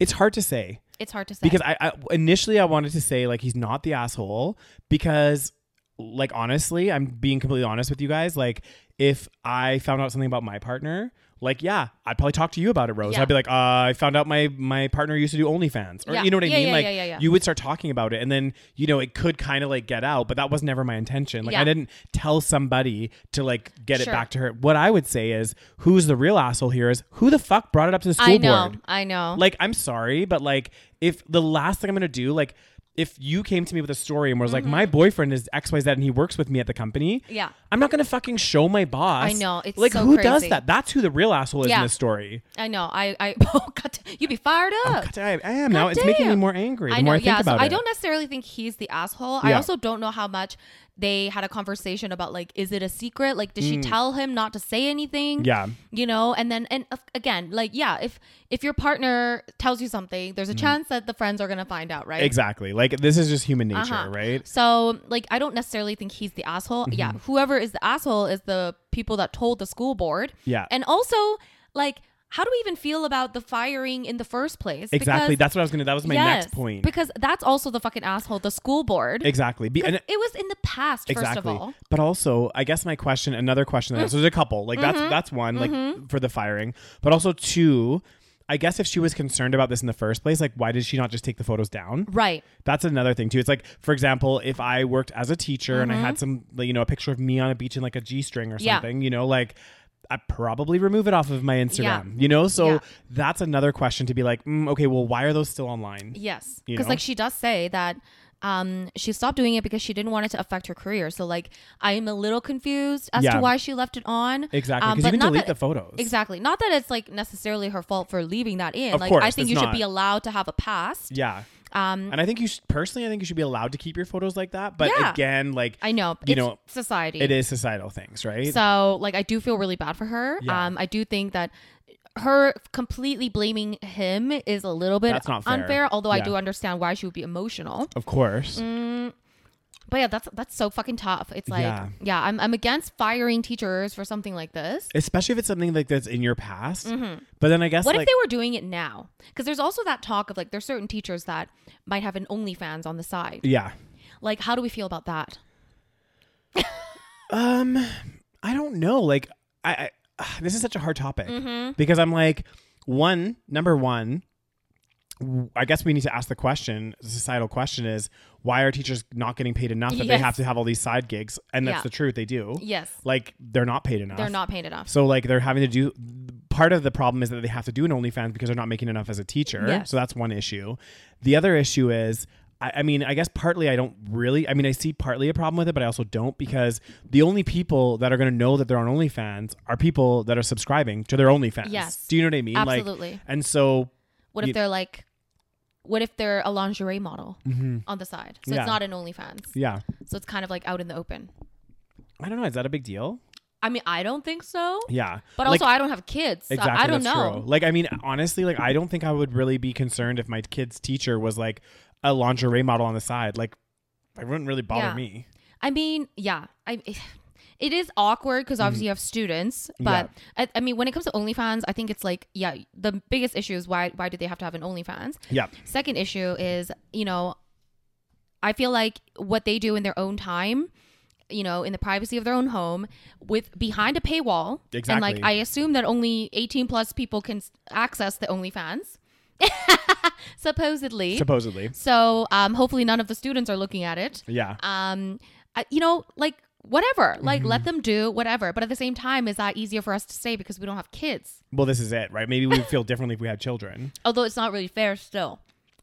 Speaker 2: it's hard to say
Speaker 1: It's hard to say.
Speaker 2: because I, I initially I wanted to say like he's not the asshole because like honestly I'm being completely honest with you guys like if I found out something about my partner like yeah I'd probably talk to you about it Rose
Speaker 1: Yeah.
Speaker 2: I'd be like uh, I found out my my partner used to do OnlyFans or
Speaker 1: Yeah.
Speaker 2: you know what I
Speaker 1: Yeah,
Speaker 2: mean
Speaker 1: yeah,
Speaker 2: like
Speaker 1: yeah, yeah, yeah.
Speaker 2: you would start talking about it and then you know it could kind of like get out but that was never my intention like
Speaker 1: Yeah.
Speaker 2: I didn't tell somebody to like get
Speaker 1: Sure.
Speaker 2: it back to her what I would say is who's the real asshole here is who the fuck brought it up to the school
Speaker 1: I know.
Speaker 2: board
Speaker 1: I know.
Speaker 2: like, I'm sorry, but like, if the last thing I'm gonna do, like, if you came to me with a story and was like, my boyfriend is X Y Z and he works with me at the company,
Speaker 1: Mm-hmm. Yeah.
Speaker 2: I'm not gonna fucking show my boss.
Speaker 1: I know, it's
Speaker 2: like
Speaker 1: so
Speaker 2: who does
Speaker 1: crazy.
Speaker 2: that? That's who the real asshole is
Speaker 1: Yeah.
Speaker 2: in this story.
Speaker 1: I know. I I oh god, you'd be fired up.
Speaker 2: God, I, I am now. It's making me
Speaker 1: damn.
Speaker 2: more angry. The
Speaker 1: I know.
Speaker 2: more I think
Speaker 1: yeah.
Speaker 2: about
Speaker 1: so
Speaker 2: it,
Speaker 1: I don't necessarily think he's the asshole. I
Speaker 2: Yeah.
Speaker 1: also don't know how much they had a conversation about like, is it a secret? Like, did she tell him not to say anything?
Speaker 2: Mm. Yeah.
Speaker 1: You know, and then and uh, again, like, yeah, if if your partner tells you something, there's a chance that the friends are gonna find out, right?
Speaker 2: Mm. Exactly. Like this is just human nature,
Speaker 1: Uh-huh.
Speaker 2: right?
Speaker 1: So, like, I don't necessarily think he's the asshole.
Speaker 2: Mm-hmm.
Speaker 1: Yeah, whoever is the asshole is the people that told the school board.
Speaker 2: Yeah.
Speaker 1: and also, like, how do we even feel about the firing in the first place?
Speaker 2: Exactly.
Speaker 1: Because-
Speaker 2: That's what I was gonna. That was my
Speaker 1: Yes,
Speaker 2: next point.
Speaker 1: because that's also the fucking asshole, the school board.
Speaker 2: exactly. Be- and
Speaker 1: it was in the past, first of all. Mm.
Speaker 2: But also, I guess my question, another question, that I- so there's a couple. Like that's
Speaker 1: Mm-hmm.
Speaker 2: that's one, like for the firing. But also two, I guess if she was concerned about this in the first place, like why did she not just take the photos down?
Speaker 1: Right.
Speaker 2: That's another thing too. It's like, for example, if I worked as a teacher and I had some, like, you know, a picture of me on a beach in like a G string or
Speaker 1: Mm-hmm. Yeah.
Speaker 2: something, you know, like I probably remove it off of my Instagram,
Speaker 1: Yeah.
Speaker 2: you know. So
Speaker 1: Yeah.
Speaker 2: that's another question to be like, mm, okay, well, why are those still online?
Speaker 1: Yes.
Speaker 2: You
Speaker 1: Because,
Speaker 2: know?
Speaker 1: like, she does say that um, she stopped doing it because she didn't want it to affect her career. So, like, I am a little confused as
Speaker 2: Yeah.
Speaker 1: to why she left it on.
Speaker 2: Exactly,
Speaker 1: Um,
Speaker 2: 'cause you
Speaker 1: but
Speaker 2: can
Speaker 1: not
Speaker 2: delete
Speaker 1: that-
Speaker 2: the photos.
Speaker 1: Exactly. Not that it's, like, necessarily her fault for leaving that in.
Speaker 2: Of
Speaker 1: like, I
Speaker 2: course,
Speaker 1: think
Speaker 2: it's
Speaker 1: you should
Speaker 2: not.
Speaker 1: be allowed to have a past.
Speaker 2: Yeah.
Speaker 1: Um,
Speaker 2: And I think you should, personally, I think you should be allowed to keep your photos like that. But
Speaker 1: Yeah.
Speaker 2: again, like
Speaker 1: I know.
Speaker 2: you
Speaker 1: it's
Speaker 2: know,
Speaker 1: society.
Speaker 2: it is societal things, right?
Speaker 1: So like I do feel really bad for her.
Speaker 2: Yeah.
Speaker 1: Um I do think that her completely blaming him is a little bit
Speaker 2: That's not fair.
Speaker 1: unfair, although I
Speaker 2: Yeah.
Speaker 1: do understand why she would be emotional.
Speaker 2: of course.
Speaker 1: Mm. But yeah, that's that's so fucking tough. It's like yeah,
Speaker 2: Yeah.
Speaker 1: I'm I'm against firing teachers for something like this.
Speaker 2: Especially if it's something like that's in your past. But then I guess
Speaker 1: Mm-hmm. What
Speaker 2: like
Speaker 1: if they were doing it now? Because there's also that talk of like there's certain teachers that might have an OnlyFans on the side.
Speaker 2: Yeah.
Speaker 1: Like how do we feel about that?
Speaker 2: Um I don't know. Like I, I ah, this is such a hard topic
Speaker 1: Mm-hmm.
Speaker 2: because I'm like one number one w- I guess we need to ask the question, the societal question is why are teachers not getting paid enough that they
Speaker 1: Yes.
Speaker 2: have to have all these side gigs? And that's
Speaker 1: Yeah.
Speaker 2: the truth, they do.
Speaker 1: Yes.
Speaker 2: Like they're not paid enough.
Speaker 1: They're not paid enough.
Speaker 2: So like they're having to do part of the problem is that they have to do an OnlyFans because they're not making enough as a teacher.
Speaker 1: Yes.
Speaker 2: So that's one issue. The other issue is I, I mean, I guess partly I don't really I mean I see partly a problem with it, but I also don't because the only people that are gonna know that they're on OnlyFans are people that are subscribing to their OnlyFans.
Speaker 1: Yes.
Speaker 2: Do you know what I mean?
Speaker 1: Absolutely.
Speaker 2: Like and so
Speaker 1: What if
Speaker 2: You-
Speaker 1: they're like what if they're a lingerie model on the side? So
Speaker 2: Mm-hmm. Yeah.
Speaker 1: it's not an OnlyFans.
Speaker 2: yeah.
Speaker 1: So it's kind of like out in the open.
Speaker 2: I don't know, is that a big deal?
Speaker 1: I mean, I don't think so.
Speaker 2: Yeah.
Speaker 1: But
Speaker 2: Like,
Speaker 1: also, I don't have kids. so
Speaker 2: Exactly.
Speaker 1: I don't
Speaker 2: that's
Speaker 1: know.
Speaker 2: True. Like, I mean, honestly, like, I don't think I would really be concerned if my kid's teacher was like a lingerie model on the side. Like, it wouldn't really bother
Speaker 1: Yeah.
Speaker 2: me.
Speaker 1: I mean, yeah. I it is awkward because obviously you have students, but I, I mean, when it comes to OnlyFans, I think it's like, yeah, the biggest issue is why why do they have to have an OnlyFans?
Speaker 2: Yeah.
Speaker 1: Second issue is, you know, I feel like what they do in their own time, you know, in the privacy of their own home, with behind a paywall, and
Speaker 2: Exactly.
Speaker 1: like I assume that only eighteen plus people can s- access the OnlyFans, supposedly.
Speaker 2: Supposedly.
Speaker 1: so um, hopefully none of the students are looking at it
Speaker 2: Yeah.
Speaker 1: um I- you know like whatever like let them do whatever but at the same time is that easier for us to say because we don't have kids
Speaker 2: Well, this is it, right? Maybe we feel differently if we had children.
Speaker 1: although it's not really fair still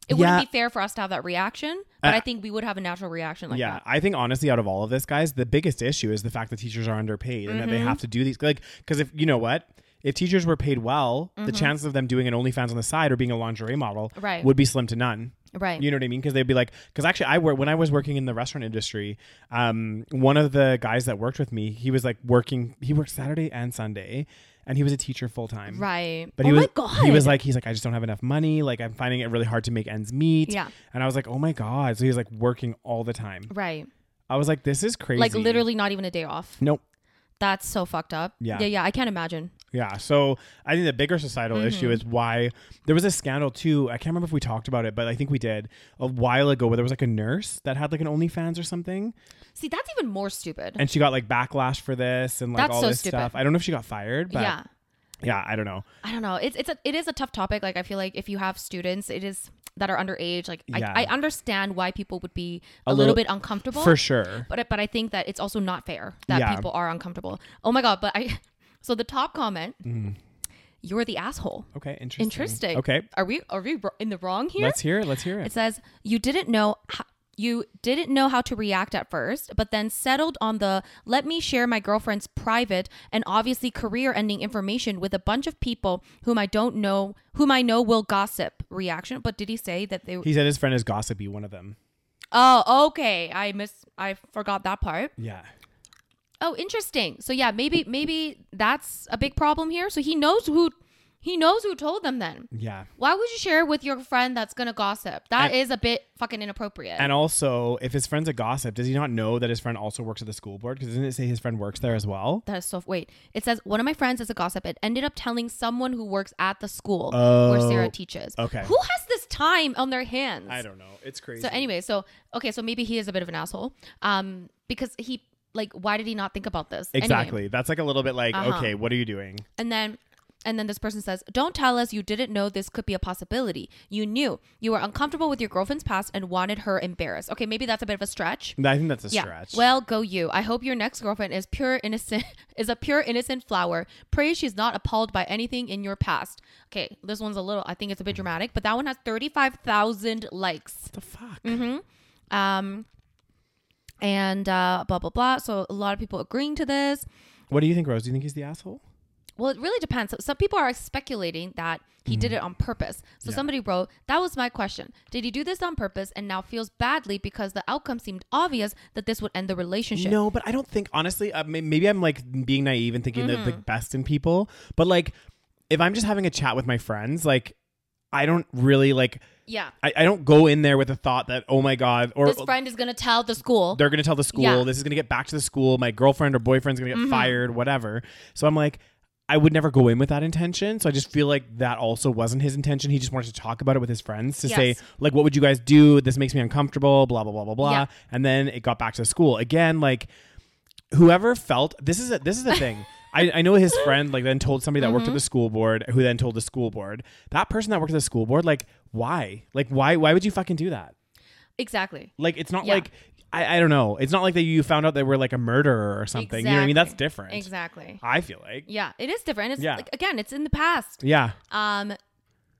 Speaker 1: it
Speaker 2: Yeah.
Speaker 1: wouldn't be fair for us to have that reaction but
Speaker 2: Uh,
Speaker 1: i think we would have a natural reaction like
Speaker 2: yeah,
Speaker 1: that
Speaker 2: I think honestly, out of all of this, guys, the biggest issue is the fact that teachers are underpaid and that they
Speaker 1: Mm-hmm.
Speaker 2: have to do these. Like, because if you know what, if teachers were paid well, the chances of them doing an OnlyFans on the side or being a lingerie model
Speaker 1: Mm-hmm. Right.
Speaker 2: would be slim to none.
Speaker 1: right
Speaker 2: You know what I mean? Because they'd be like, because actually, I wor- when I was working in the restaurant industry, um, one of the guys that worked with me, he was like working. He worked Saturday and Sunday, and he was a teacher full time.
Speaker 1: right
Speaker 2: But
Speaker 1: oh
Speaker 2: he was
Speaker 1: my god
Speaker 2: he was like he's like I just don't have enough money like I'm finding it really hard to make ends meet
Speaker 1: Yeah.
Speaker 2: and I was like oh my god so he was like working all the time
Speaker 1: right
Speaker 2: I was like this is crazy
Speaker 1: like literally not even a day off
Speaker 2: nope
Speaker 1: that's so fucked up
Speaker 2: Yeah.
Speaker 1: yeah yeah i can't imagine
Speaker 2: yeah so I think the bigger societal
Speaker 1: Mm-hmm.
Speaker 2: issue is why there was a scandal too I can't remember if we talked about it but I think we did a while ago where there was like a nurse that had like an OnlyFans or something
Speaker 1: see that's even more stupid
Speaker 2: and she got like backlash for this and like
Speaker 1: That's
Speaker 2: all
Speaker 1: so
Speaker 2: this
Speaker 1: stupid.
Speaker 2: stuff I don't know if she got fired but
Speaker 1: yeah
Speaker 2: yeah I don't know
Speaker 1: I don't know. It's it's a it is a tough topic. Like I feel like if you have students, it is that are underage. Like
Speaker 2: Yeah.
Speaker 1: I, I understand why people would be a,
Speaker 2: little-
Speaker 1: little, bit uncomfortable.
Speaker 2: for sure
Speaker 1: But I- but I think that it's also not fair that
Speaker 2: Yeah.
Speaker 1: people are uncomfortable. Oh my god! But I so the top comment. You're the asshole.
Speaker 2: okay Mm. interesting
Speaker 1: Interesting.
Speaker 2: okay
Speaker 1: Are we are we wr- in the wrong here?
Speaker 2: let's hear it let's hear it
Speaker 1: It says you didn't know how, you didn't know how to react at first, but then settled on the let me share my girlfriend's private and obviously career-ending information with a bunch of people whom I don't know, whom I know will gossip reaction. But did he say that they?
Speaker 2: he said his friend is gossipy one of them
Speaker 1: oh, okay. I miss. I forgot that part.
Speaker 2: yeah
Speaker 1: Oh, interesting. So yeah, maybe maybe that's a big problem here. So he knows who he knows who told them then.
Speaker 2: yeah
Speaker 1: Why would you share with your friend that's gonna gossip? That
Speaker 2: And-
Speaker 1: is a bit fucking inappropriate.
Speaker 2: And also, if his friend's a gossip, does he not know that his friend also works at the school board? Because doesn't it say his friend works there as well?
Speaker 1: That is so. Wait, it says one of my friends is a gossip. It ended up telling someone who works at the school where Sarah
Speaker 2: Oh,
Speaker 1: teaches.
Speaker 2: okay.
Speaker 1: Who has this time on their hands?
Speaker 2: I don't know. It's crazy.
Speaker 1: So anyway, so okay, so maybe he is a bit of an asshole. Um, because he like, why did he not think about this? Anyway,
Speaker 2: exactly. That's like a little bit like,
Speaker 1: Uh-huh.
Speaker 2: okay, what are you doing?
Speaker 1: and then. And then this person says, Don't tell us you didn't know this could be a possibility. You knew. You were uncomfortable with your girlfriend's past and wanted her embarrassed. Okay, maybe that's a bit of a stretch.
Speaker 2: I think that's a stretch.
Speaker 1: Well, go you. I hope your next girlfriend is pure innocent is a pure innocent flower. Pray she's not appalled by anything in your past. Okay, this one's a little I think it's a bit dramatic, but that one has 35,000 likes.
Speaker 2: what the fuck?
Speaker 1: Mm-hmm. Um and uh blah blah blah. So a lot of people agreeing to this.
Speaker 2: What do you think, Rose? Do you think he's the asshole?
Speaker 1: Well, it really depends. So- Some people are speculating that he did
Speaker 2: Mm-hmm.
Speaker 1: it on purpose. So somebody wrote, That was my question. Did he do this on purpose and now feels badly because the outcome seemed obvious that this would end the relationship?
Speaker 2: No, but I don't think honestly. Uh, may- maybe I'm like being naive and thinking that the best in people. But like, if I'm just having a chat with my friends, like, I don't really like.
Speaker 1: Yeah.
Speaker 2: I, I don't go in there with the thought that oh my god or
Speaker 1: this friend is gonna tell the school.
Speaker 2: they're going to tell the school
Speaker 1: Yeah. Mm-hmm.
Speaker 2: this is going to get back to the school my girlfriend or boyfriend's going to get fired whatever so i'm like i would never go in with that intention so i just feel like that also wasn't his intention he just wanted to talk about it with his friends to say
Speaker 1: Yes.
Speaker 2: like what would you guys do this makes me uncomfortable blah blah blah blah blah
Speaker 1: Yeah.
Speaker 2: and then it got back to the school again like whoever felt this is a, this is the thing I, I know his friend like then told somebody that worked at
Speaker 1: Mm-hmm.
Speaker 2: the school board who then told the school board that person that worked at the school board like why like why why would you fucking do that
Speaker 1: exactly.
Speaker 2: like it's not
Speaker 1: Yeah.
Speaker 2: like I, I don't know. It's not like that you found out they were like a murderer or something. You know what I mean? That's
Speaker 1: Exactly.
Speaker 2: different.
Speaker 1: Exactly.
Speaker 2: I feel like.
Speaker 1: Yeah, it is different. It's
Speaker 2: Yeah.
Speaker 1: like again, it's in the past.
Speaker 2: Yeah.
Speaker 1: Um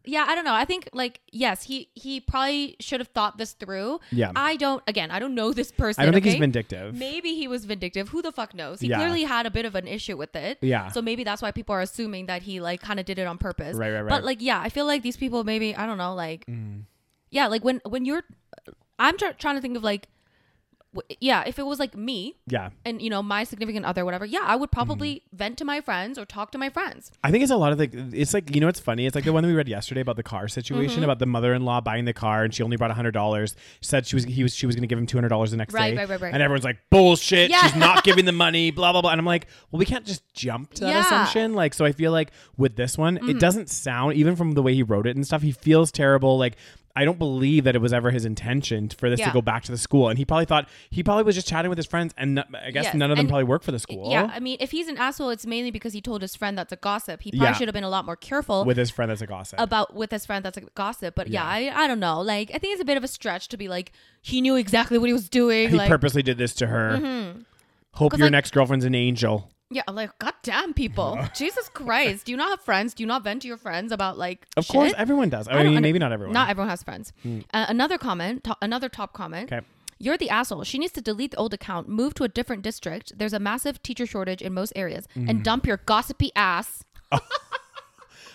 Speaker 1: yeah, I don't know. I think like yes, he he probably should have thought this through.
Speaker 2: Yeah.
Speaker 1: I don't again, I don't know this person.
Speaker 2: I don't think he's
Speaker 1: okay?
Speaker 2: vindictive.
Speaker 1: Maybe he was vindictive. Who the fuck knows? He
Speaker 2: Yeah.
Speaker 1: clearly had a bit of an issue with it.
Speaker 2: Yeah.
Speaker 1: So maybe that's why people are assuming that he like kind of did it on purpose.
Speaker 2: Right, right, right. Mm.
Speaker 1: But like, yeah, I feel like these people maybe I don't know, like, yeah, like when when you're, I'm try- trying to think of like w- yeah, if it was like me
Speaker 2: Yeah.
Speaker 1: and you know my significant other, whatever, yeah, I would probably
Speaker 2: Mm.
Speaker 1: vent to my friends or talk to my friends.
Speaker 2: I think it's a lot of like it's like you know what's funny? It's like the one that we read yesterday about the car
Speaker 1: Mm-hmm.
Speaker 2: situation about the mother-in-law buying the car and she only brought hundred dollars. Said she was he was she was going to give him two hundred dollars the next
Speaker 1: Right,
Speaker 2: day,
Speaker 1: right, right, right.
Speaker 2: and everyone's like bullshit.
Speaker 1: Yeah.
Speaker 2: She's not giving the money. Blah blah blah. And I'm like, well, we can't just jump to that
Speaker 1: Yeah. Mm-hmm.
Speaker 2: assumption. Like, so I feel like with this one, it doesn't sound even from the way he wrote it and stuff. He feels terrible. Like. I don't believe that it was ever his intention for this
Speaker 1: Yeah.
Speaker 2: to go back to the school, and he probably thought he probably was just chatting with his friends, and n- I guess
Speaker 1: Yes,
Speaker 2: none of them
Speaker 1: and-
Speaker 2: probably work for the school.
Speaker 1: Yeah, I mean, if he's an asshole, it's mainly because he told his friend that's a gossip. He probably
Speaker 2: Yeah.
Speaker 1: should have been a lot more careful
Speaker 2: with his friend that's a gossip.
Speaker 1: about with his friend that's a gossip. But yeah, I, I don't know. Like, I think it's a bit of a stretch to be like he knew exactly what he was doing.
Speaker 2: he
Speaker 1: like, mm-hmm.
Speaker 2: purposely did this to her. Hope
Speaker 1: 'Cause,
Speaker 2: your
Speaker 1: like-
Speaker 2: next girlfriend's an angel.
Speaker 1: yeah, I'm like goddamn people, Jesus Christ! Do you not have friends? Do you not vent to your friends about like?
Speaker 2: Of
Speaker 1: shit?
Speaker 2: course, everyone does. I,
Speaker 1: don't
Speaker 2: mean,
Speaker 1: under-
Speaker 2: maybe not everyone. Hmm.
Speaker 1: Not everyone has friends. Uh, another comment, to- another top comment.
Speaker 2: Okay.
Speaker 1: You're the asshole. She needs to delete the old account, move to a different district. There's a massive teacher shortage in most areas,
Speaker 2: Hmm.
Speaker 1: and dump your gossipy ass.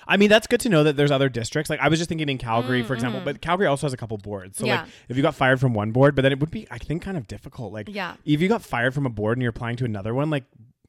Speaker 2: I mean, that's good to know that there's other districts. Like I was just thinking in Calgary, for example, but Calgary also has a couple boards. So
Speaker 1: Mm-hmm. Yeah.
Speaker 2: like, if you got fired from one board, but then it would be, I think, kind of difficult. Like,
Speaker 1: Yeah.
Speaker 2: if you got fired from a board and you're applying to another one, like,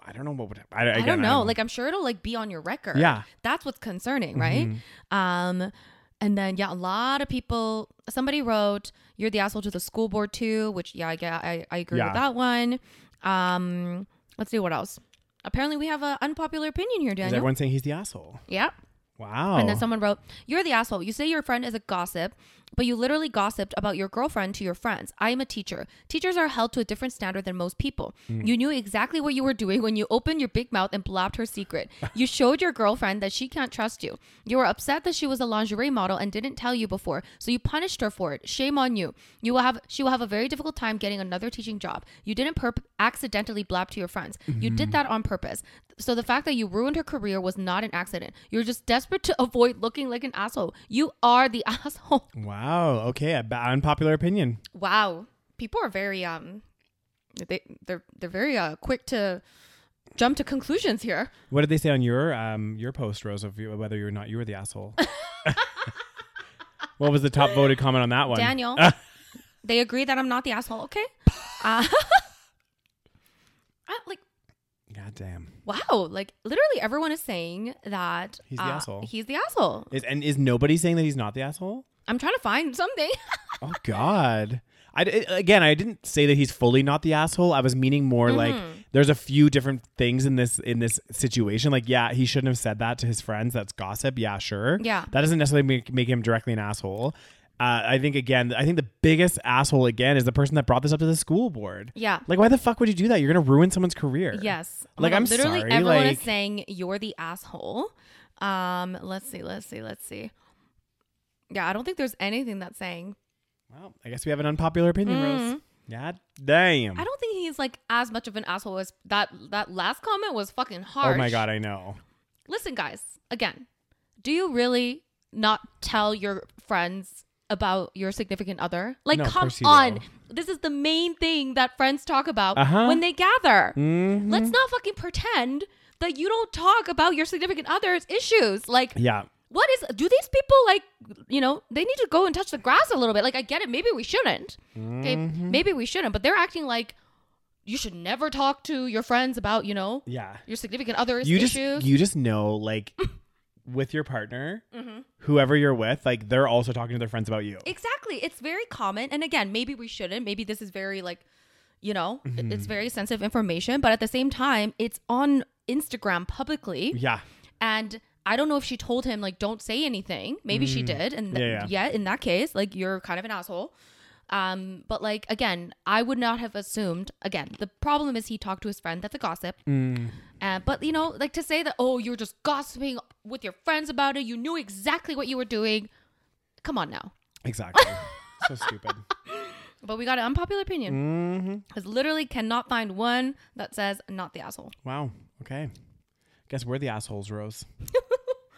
Speaker 2: I don't know what would. I, again,
Speaker 1: I don't know. Like I'm sure it'll like be on your record.
Speaker 2: Yeah. Mm-hmm.
Speaker 1: That's what's concerning, right? Um and then yeah, a lot of people somebody wrote, You're the asshole to the school board too, which yeah, I get I, I agree
Speaker 2: Yeah.
Speaker 1: with that one. Um let's see what else. Apparently we have an unpopular opinion here,
Speaker 2: is
Speaker 1: Daniel.
Speaker 2: everyone saying he's the asshole?
Speaker 1: yeah.
Speaker 2: Wow.
Speaker 1: And then someone wrote, You're the asshole. You say your friend is a gossip, but you literally gossiped about your girlfriend to your friends. I am a teacher. Teachers are held to a different standard than most people. You knew exactly what you were doing when you opened your big mouth and blabbed her secret. You showed your girlfriend that she can't trust you. You were upset that she was a lingerie model and didn't tell you before, so you punished her for it. Shame on you. You will have she will have a very difficult time getting another teaching job. You didn't perp- accidentally blab to your friends. You did that on purpose. So the fact that you ruined her career was not an accident. You're just desperate to avoid looking like an asshole. You are the asshole.
Speaker 2: wow. Okay. A ba- unpopular opinion.
Speaker 1: Wow. People are very um they they're they're very uh quick to jump to conclusions here.
Speaker 2: What did they say on your um your post, Rose, of you- whether you or not you were the asshole? what was the top voted comment on that one?
Speaker 1: Daniel. they agree that I'm not the asshole, okay? Uh, I- like
Speaker 2: God damn.
Speaker 1: wow, like literally everyone is saying that uh,
Speaker 2: He's the asshole.
Speaker 1: He's the asshole.
Speaker 2: Is and is nobody saying that he's not the asshole?
Speaker 1: I'm trying to find something.
Speaker 2: Oh God. I, d- again, I didn't say that he's fully not the asshole. I was meaning more like
Speaker 1: Mm-hmm.
Speaker 2: there's a few different things in this in this situation. Like, yeah, he shouldn't have said that to his friends. That's gossip. Yeah, sure.
Speaker 1: Yeah.
Speaker 2: that doesn't necessarily make, make him directly an asshole. Uh, I think again, I think the biggest asshole again is the person that brought this up to the school board.
Speaker 1: Yeah.
Speaker 2: like why the fuck would you do that? You're gonna ruin someone's career.
Speaker 1: yes. Oh my
Speaker 2: like
Speaker 1: God,
Speaker 2: I'm
Speaker 1: literally
Speaker 2: sorry.
Speaker 1: everyone
Speaker 2: like,
Speaker 1: is saying you're the asshole. Um, let's see, let's see, let's see. Yeah, I don't think there's anything that's saying.
Speaker 2: well, I guess we have an unpopular opinion, Rose. God damn.
Speaker 1: Mm-hmm. I don't think he's like as much of an asshole as that that last comment was fucking harsh.
Speaker 2: oh my god, I know.
Speaker 1: Listen, guys, again, do you really not tell your friends about your significant other? Like,
Speaker 2: No, of
Speaker 1: come
Speaker 2: course you
Speaker 1: on.
Speaker 2: don't.
Speaker 1: This is the main thing that friends talk about
Speaker 2: Uh-huh.
Speaker 1: when they gather.
Speaker 2: Mhm.
Speaker 1: Let's not fucking pretend that you don't talk about your significant other's issues. Like,
Speaker 2: Yeah.
Speaker 1: what is, do these people like, you know, they need to go and touch the grass a little bit? Like, I get it. Maybe we shouldn't. Okay.
Speaker 2: Mm-hmm.
Speaker 1: Maybe we shouldn't, but they're acting like you should never talk to your friends about, you know,
Speaker 2: Yeah.
Speaker 1: your significant other's
Speaker 2: you
Speaker 1: issues.
Speaker 2: just you just know like with your partner
Speaker 1: Mm-hmm.
Speaker 2: whoever you're with like they're also talking to their friends about you
Speaker 1: Exactly. It's very common. And again, maybe we shouldn't. Maybe this is very like, you know, it-
Speaker 2: Mm-hmm.
Speaker 1: it's very sensitive information, but at the same time, it's on Instagram publicly.
Speaker 2: yeah
Speaker 1: And I don't know if she told him like don't say anything. Maybe she did. And th-
Speaker 2: Mm. Yeah,
Speaker 1: yeah, in that case, like you're kind of an asshole. Um, but like again, I would not have assumed. Again, the problem is he talked to his friend. That's a gossip.
Speaker 2: Mm.
Speaker 1: Uh, but you know, like to say that oh, you're just gossiping with your friends about it. You knew exactly what you were doing. Come on now.
Speaker 2: exactly so stupid
Speaker 1: But we got an unpopular opinion
Speaker 2: hmm
Speaker 1: because literally cannot find one that says not the asshole.
Speaker 2: wow okay guess we're the assholes rose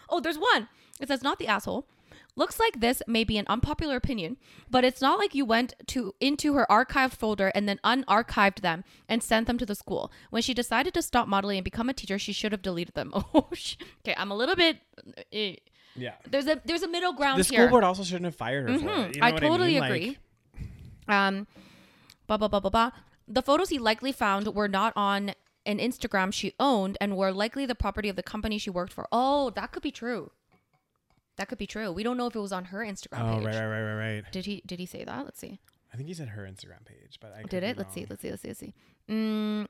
Speaker 1: Oh, there's one. It says not the asshole. Looks like this may be an unpopular opinion, but it's not like you went to into her archive folder and then unarchived them and sent them to the school. When she decided to stop modeling and become a teacher, she should have deleted them. Oh, sh- okay. I'm a little bit. eh.
Speaker 2: yeah
Speaker 1: There's a there's a middle ground
Speaker 2: the
Speaker 1: here. Mm-hmm.
Speaker 2: school board also shouldn't have fired her for it. You know
Speaker 1: I
Speaker 2: what
Speaker 1: totally
Speaker 2: mean? Like,
Speaker 1: agree. um, blah, blah, blah, blah, blah. The photos he likely found were not on an Instagram she owned and were likely the property of the company she worked for. Oh, that could be true. That could be true. We don't know if it was on her Instagram
Speaker 2: Oh,
Speaker 1: page.
Speaker 2: right, right, right, right, right.
Speaker 1: Did he did he say that? Let's see.
Speaker 2: I think he said her Instagram page, but I could
Speaker 1: Oh, Did
Speaker 2: be
Speaker 1: it? Let's see.
Speaker 2: wrong.
Speaker 1: Let's see. Let's see. Let's see. Mm,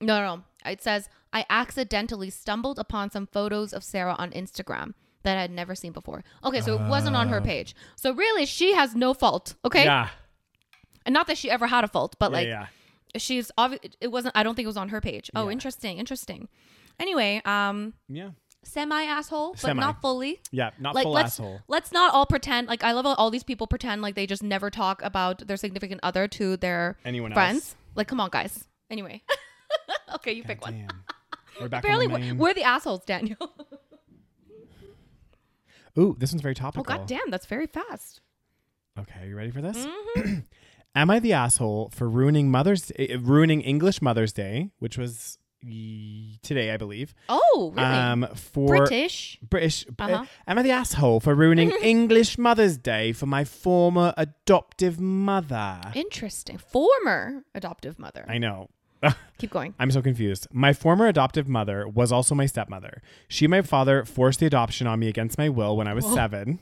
Speaker 1: no, no, no. It says I accidentally stumbled upon some photos of Sarah on Instagram that I had never seen before. Okay, so it wasn't on her page. So really, she has no fault. Okay,
Speaker 2: Oh. Yeah,
Speaker 1: and not that she ever had a fault, but
Speaker 2: yeah,
Speaker 1: like
Speaker 2: yeah.
Speaker 1: she's obvi- it wasn't. I don't think it was on her page. Oh,
Speaker 2: Yeah.
Speaker 1: interesting, interesting. Anyway, um,
Speaker 2: Yeah,
Speaker 1: semi asshole, but
Speaker 2: Semi.
Speaker 1: not fully.
Speaker 2: yeah. Not
Speaker 1: Like
Speaker 2: full
Speaker 1: let's
Speaker 2: asshole.
Speaker 1: let's not all pretend. Like I love how all these people pretend like they just never talk about their significant other to their
Speaker 2: Anyone
Speaker 1: friends.
Speaker 2: else?
Speaker 1: Like, come on, guys. Anyway, okay, you pick one.
Speaker 2: Damn. We're back
Speaker 1: Apparently,
Speaker 2: on the
Speaker 1: we're,
Speaker 2: main.
Speaker 1: we're the assholes, Daniel. Oh,
Speaker 2: Ooh, this one's very
Speaker 1: oh
Speaker 2: topical.
Speaker 1: god damn, that's very fast.
Speaker 2: Okay, you ready for this?
Speaker 1: Mm-hmm.
Speaker 2: Am I the asshole for ruining Mother's eh, ruining English Mother's Day, which was y- today, I believe?
Speaker 1: Oh, really?
Speaker 2: Um, for
Speaker 1: British.
Speaker 2: British. eh,
Speaker 1: Uh-huh.
Speaker 2: Am I the asshole for ruining English Mother's Day for my former adoptive mother?
Speaker 1: Interesting. Former adoptive mother.
Speaker 2: I know.
Speaker 1: Keep going.
Speaker 2: I'm so confused. My former adoptive mother was also my stepmother. She and my father forced the adoption on me against my will when I was seven.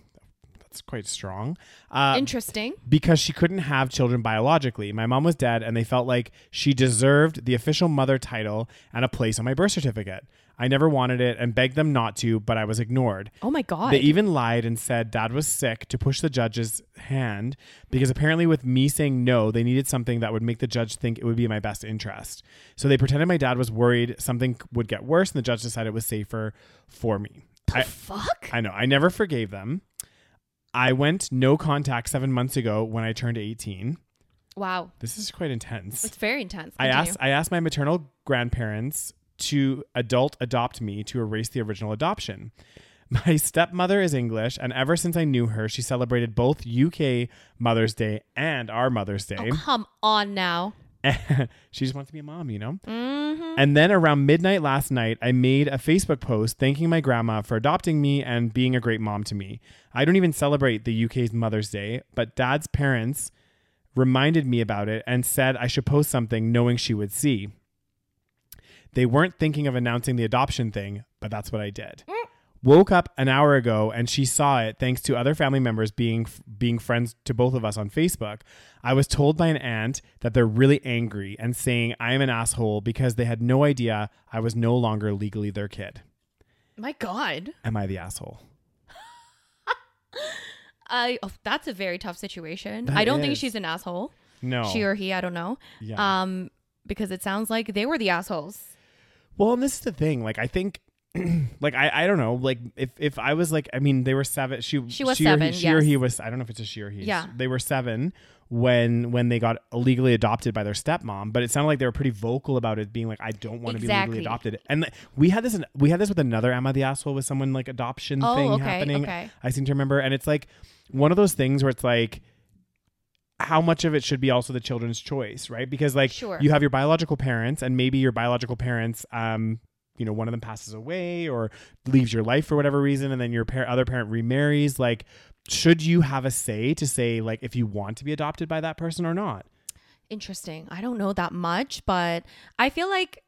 Speaker 2: That's quite strong. Uh,
Speaker 1: Interesting.
Speaker 2: because she couldn't have children biologically. My mom was dead, and they felt like she deserved the official mother title and a place on my birth certificate. I never wanted it and begged them not to, but I was ignored.
Speaker 1: Oh my god.
Speaker 2: They even lied and said dad was sick to push the judge's hand because apparently, with me saying no, they needed something that would make the judge think it would be in my best interest. So they pretended my dad was worried something would get worse, and the judge decided it was safer for me. I,
Speaker 1: Fuck.
Speaker 2: I know. I never forgave them. I went no contact seven months ago when I turned 18.
Speaker 1: wow.
Speaker 2: This is quite intense.
Speaker 1: It's very intense.
Speaker 2: I
Speaker 1: Continue.
Speaker 2: asked I asked my maternal grandparents to adult adopt me to erase the original adoption. My stepmother is English, and ever since I knew her, she celebrated both UK Mother's Day and our Mother's Day.
Speaker 1: Come on now.
Speaker 2: she just wants to be a mom, you know? And then around midnight last night, I made a Facebook post thanking my grandma for adopting me and being a great mom to me. I don't even celebrate the UK's Mother's Day, but dad's parents reminded me about it and said I should post something knowing she would see. They weren't thinking of announcing the adoption thing, but that's what I did. Woke up an hour ago and she saw it thanks to other family members being being friends to both of us on Facebook. I was told by an aunt that they're really angry and saying I am an asshole because they had no idea I was no longer legally their kid.
Speaker 1: My god.
Speaker 2: Am I the asshole?
Speaker 1: I oh, that's a very tough situation.
Speaker 2: That
Speaker 1: I don't think
Speaker 2: is.
Speaker 1: she's an asshole.
Speaker 2: No.
Speaker 1: She or he, I don't know.
Speaker 2: Yeah.
Speaker 1: Um because it sounds like they were the assholes.
Speaker 2: Well, and this is the thing. Like, I think, like, I, I don't know. Like, if if I was like, I mean, they were seven. She
Speaker 1: She was
Speaker 2: Or he,
Speaker 1: seven,
Speaker 2: she or
Speaker 1: yes.
Speaker 2: he was. I don't know if it's a she or he.
Speaker 1: Yeah.
Speaker 2: They were seven when when they got illegally adopted by their stepmom. But it sounded like they were pretty vocal about it, being like, I don't want to be
Speaker 1: Exactly.
Speaker 2: legally adopted. And like, we had this. in- We had this with another Emma the asshole with someone like adoption
Speaker 1: Oh,
Speaker 2: thing
Speaker 1: okay,
Speaker 2: happening.
Speaker 1: okay.
Speaker 2: I seem to remember, and it's like one of those things where it's like how much of it should be also the children's choice, right? Because like
Speaker 1: Sure.
Speaker 2: you have your biological parents, and maybe your biological parents, um, you know, one of them passes away or leaves your life for whatever reason, and then your par- other parent remarries. Like, should you have a say to say like if you want to be adopted by that person or not?
Speaker 1: Interesting. I don't know that much, but I feel like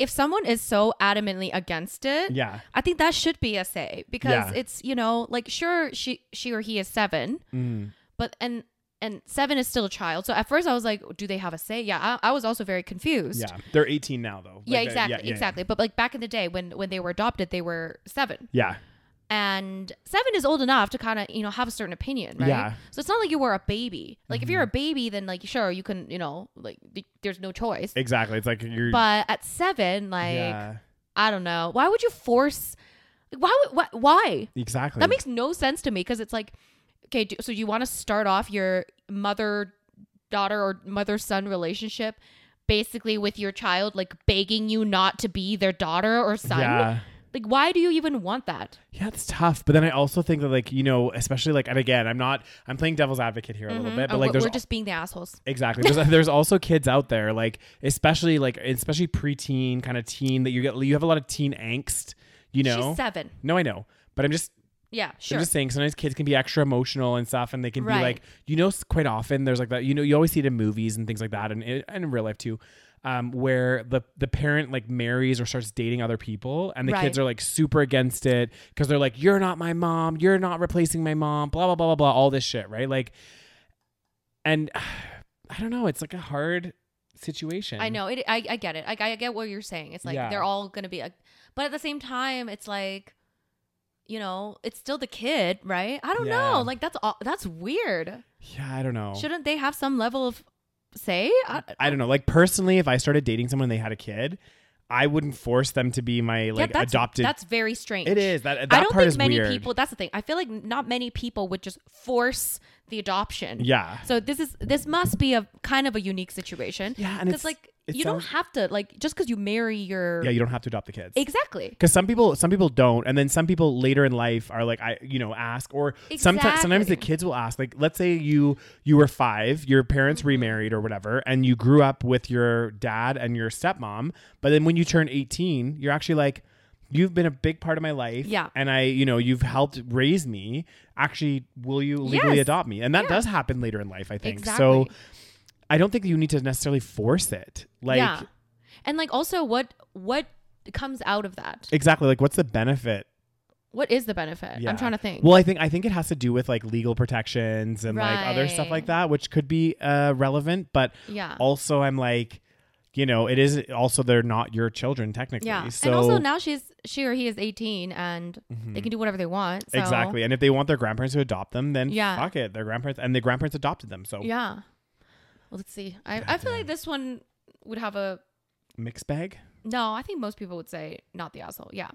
Speaker 1: if someone is so adamantly against it,
Speaker 2: Yeah,
Speaker 1: I think that should be a say because
Speaker 2: Yeah.
Speaker 1: it's, you know, like sure she she or he is 7,
Speaker 2: Mm.
Speaker 1: but and and 7 is still a child. So at first I was like, do they have a say? Yeah, I, I was also very confused.
Speaker 2: yeah. They're eighteen now though.
Speaker 1: Yeah,
Speaker 2: Like, uh,
Speaker 1: exactly,
Speaker 2: yeah.
Speaker 1: exactly. But like back in the day when when they were adopted, they were 7.
Speaker 2: Yeah,
Speaker 1: and seven is old enough to kind of you know have a certain opinion right
Speaker 2: Yeah. Mm-hmm.
Speaker 1: so it's not like you were a baby like if you're a baby then like sure you can you know like th- there's no choice
Speaker 2: exactly. It's like you're.
Speaker 1: but at seven like
Speaker 2: yeah,
Speaker 1: i don't know why would you force like, why would why, why?
Speaker 2: exactly.
Speaker 1: that makes no sense to me because it's like okay do, so you want to start off your mother daughter or mother son relationship basically with your child like begging you not to be their daughter or son
Speaker 2: Yeah.
Speaker 1: like why do you even want that
Speaker 2: Yeah, it's tough. But then I also think that like, you know, especially like and again, I'm not I'm playing devil's advocate here a little bit, but
Speaker 1: Oh,
Speaker 2: like
Speaker 1: we're-
Speaker 2: there's
Speaker 1: we're just being the assholes
Speaker 2: exactly. There's, there's also kids out there like especially like especially preteen kind of teen that you get you have a lot of teen angst, you know.
Speaker 1: She's seven.
Speaker 2: No, I know. But I'm just
Speaker 1: Yeah, sure.
Speaker 2: I'm just saying sometimes kids can be extra emotional and stuff, and they can
Speaker 1: Right.
Speaker 2: be like, you know, s- quite often there's like that. You know, you always see it in movies and things like that, and, and in real life too, um, where the the parent like marries or starts dating other people, and the kids
Speaker 1: Right.
Speaker 2: are like super against it because they're like, you're not my mom, you're not replacing my mom, blah blah blah blah blah, all this shit, right? Like, and I don't know, it's like a hard situation.
Speaker 1: I know it. I, I get it. Like I get what you're saying. It's like
Speaker 2: Yeah.
Speaker 1: they're all gonna be, a, but at the same time, it's like, you know, it's still the kid, right? I don't
Speaker 2: Yeah.
Speaker 1: know. Like that's all. That's weird.
Speaker 2: Yeah, I don't know.
Speaker 1: Shouldn't they have some level of say? I,
Speaker 2: I don't know. Like personally, if I started dating someone and they had a kid, I wouldn't force them to be my like
Speaker 1: that's,
Speaker 2: adopted.
Speaker 1: That's very strange.
Speaker 2: It is that. that
Speaker 1: I don't
Speaker 2: part
Speaker 1: think
Speaker 2: is
Speaker 1: many
Speaker 2: weird.
Speaker 1: people. That's the thing. I feel like not many people would just force the adoption.
Speaker 2: Yeah.
Speaker 1: So this is this must be a kind of a unique situation.
Speaker 2: Yeah, and
Speaker 1: Because
Speaker 2: it's
Speaker 1: like
Speaker 2: it
Speaker 1: you
Speaker 2: sounds-
Speaker 1: don't have to like just because you marry your
Speaker 2: Yeah, you don't have to adopt the kids.
Speaker 1: exactly.
Speaker 2: because some people, some people don't, and then some people later in life are like, I, you know, ask or sometimes, sometimes the
Speaker 1: Exactly.
Speaker 2: kids will ask. Like, let's say you you were five, your parents
Speaker 1: Mm-hmm.
Speaker 2: remarried or whatever, and you grew up with your dad and your stepmom, but then when you turn eighteen, you're actually like, you've been a big part of my life,
Speaker 1: Yeah.
Speaker 2: and I, you know, you've helped raise me. Actually, will you legally
Speaker 1: Yes.
Speaker 2: adopt me? And that
Speaker 1: Yeah.
Speaker 2: does happen later in life, I think. So
Speaker 1: Exactly.
Speaker 2: I don't think you need to necessarily force it. Like.
Speaker 1: yeah. And like also what what comes out of that?
Speaker 2: Exactly. Like, what's the benefit?
Speaker 1: What is the benefit?
Speaker 2: Yeah.
Speaker 1: I'm trying to think.
Speaker 2: Well, I think I think it has to do with like legal protections and like other stuff
Speaker 1: Right. Uh.
Speaker 2: like that, which could be uh, relevant. But
Speaker 1: yeah.
Speaker 2: also, I'm like, you know, it is also they're not your children technically.
Speaker 1: yeah.
Speaker 2: So Mm-hmm.
Speaker 1: and also now she's she or he is 18 and they can do whatever they want. So.
Speaker 2: exactly. And if they want their grandparents to adopt them, then
Speaker 1: Yeah.
Speaker 2: fuck it, their grandparents and the grandparents adopted them. So
Speaker 1: Yeah. Well, let's see. I, I feel like this one would have a
Speaker 2: mixed bag.
Speaker 1: no, I think most people would say not the asshole. Yeah.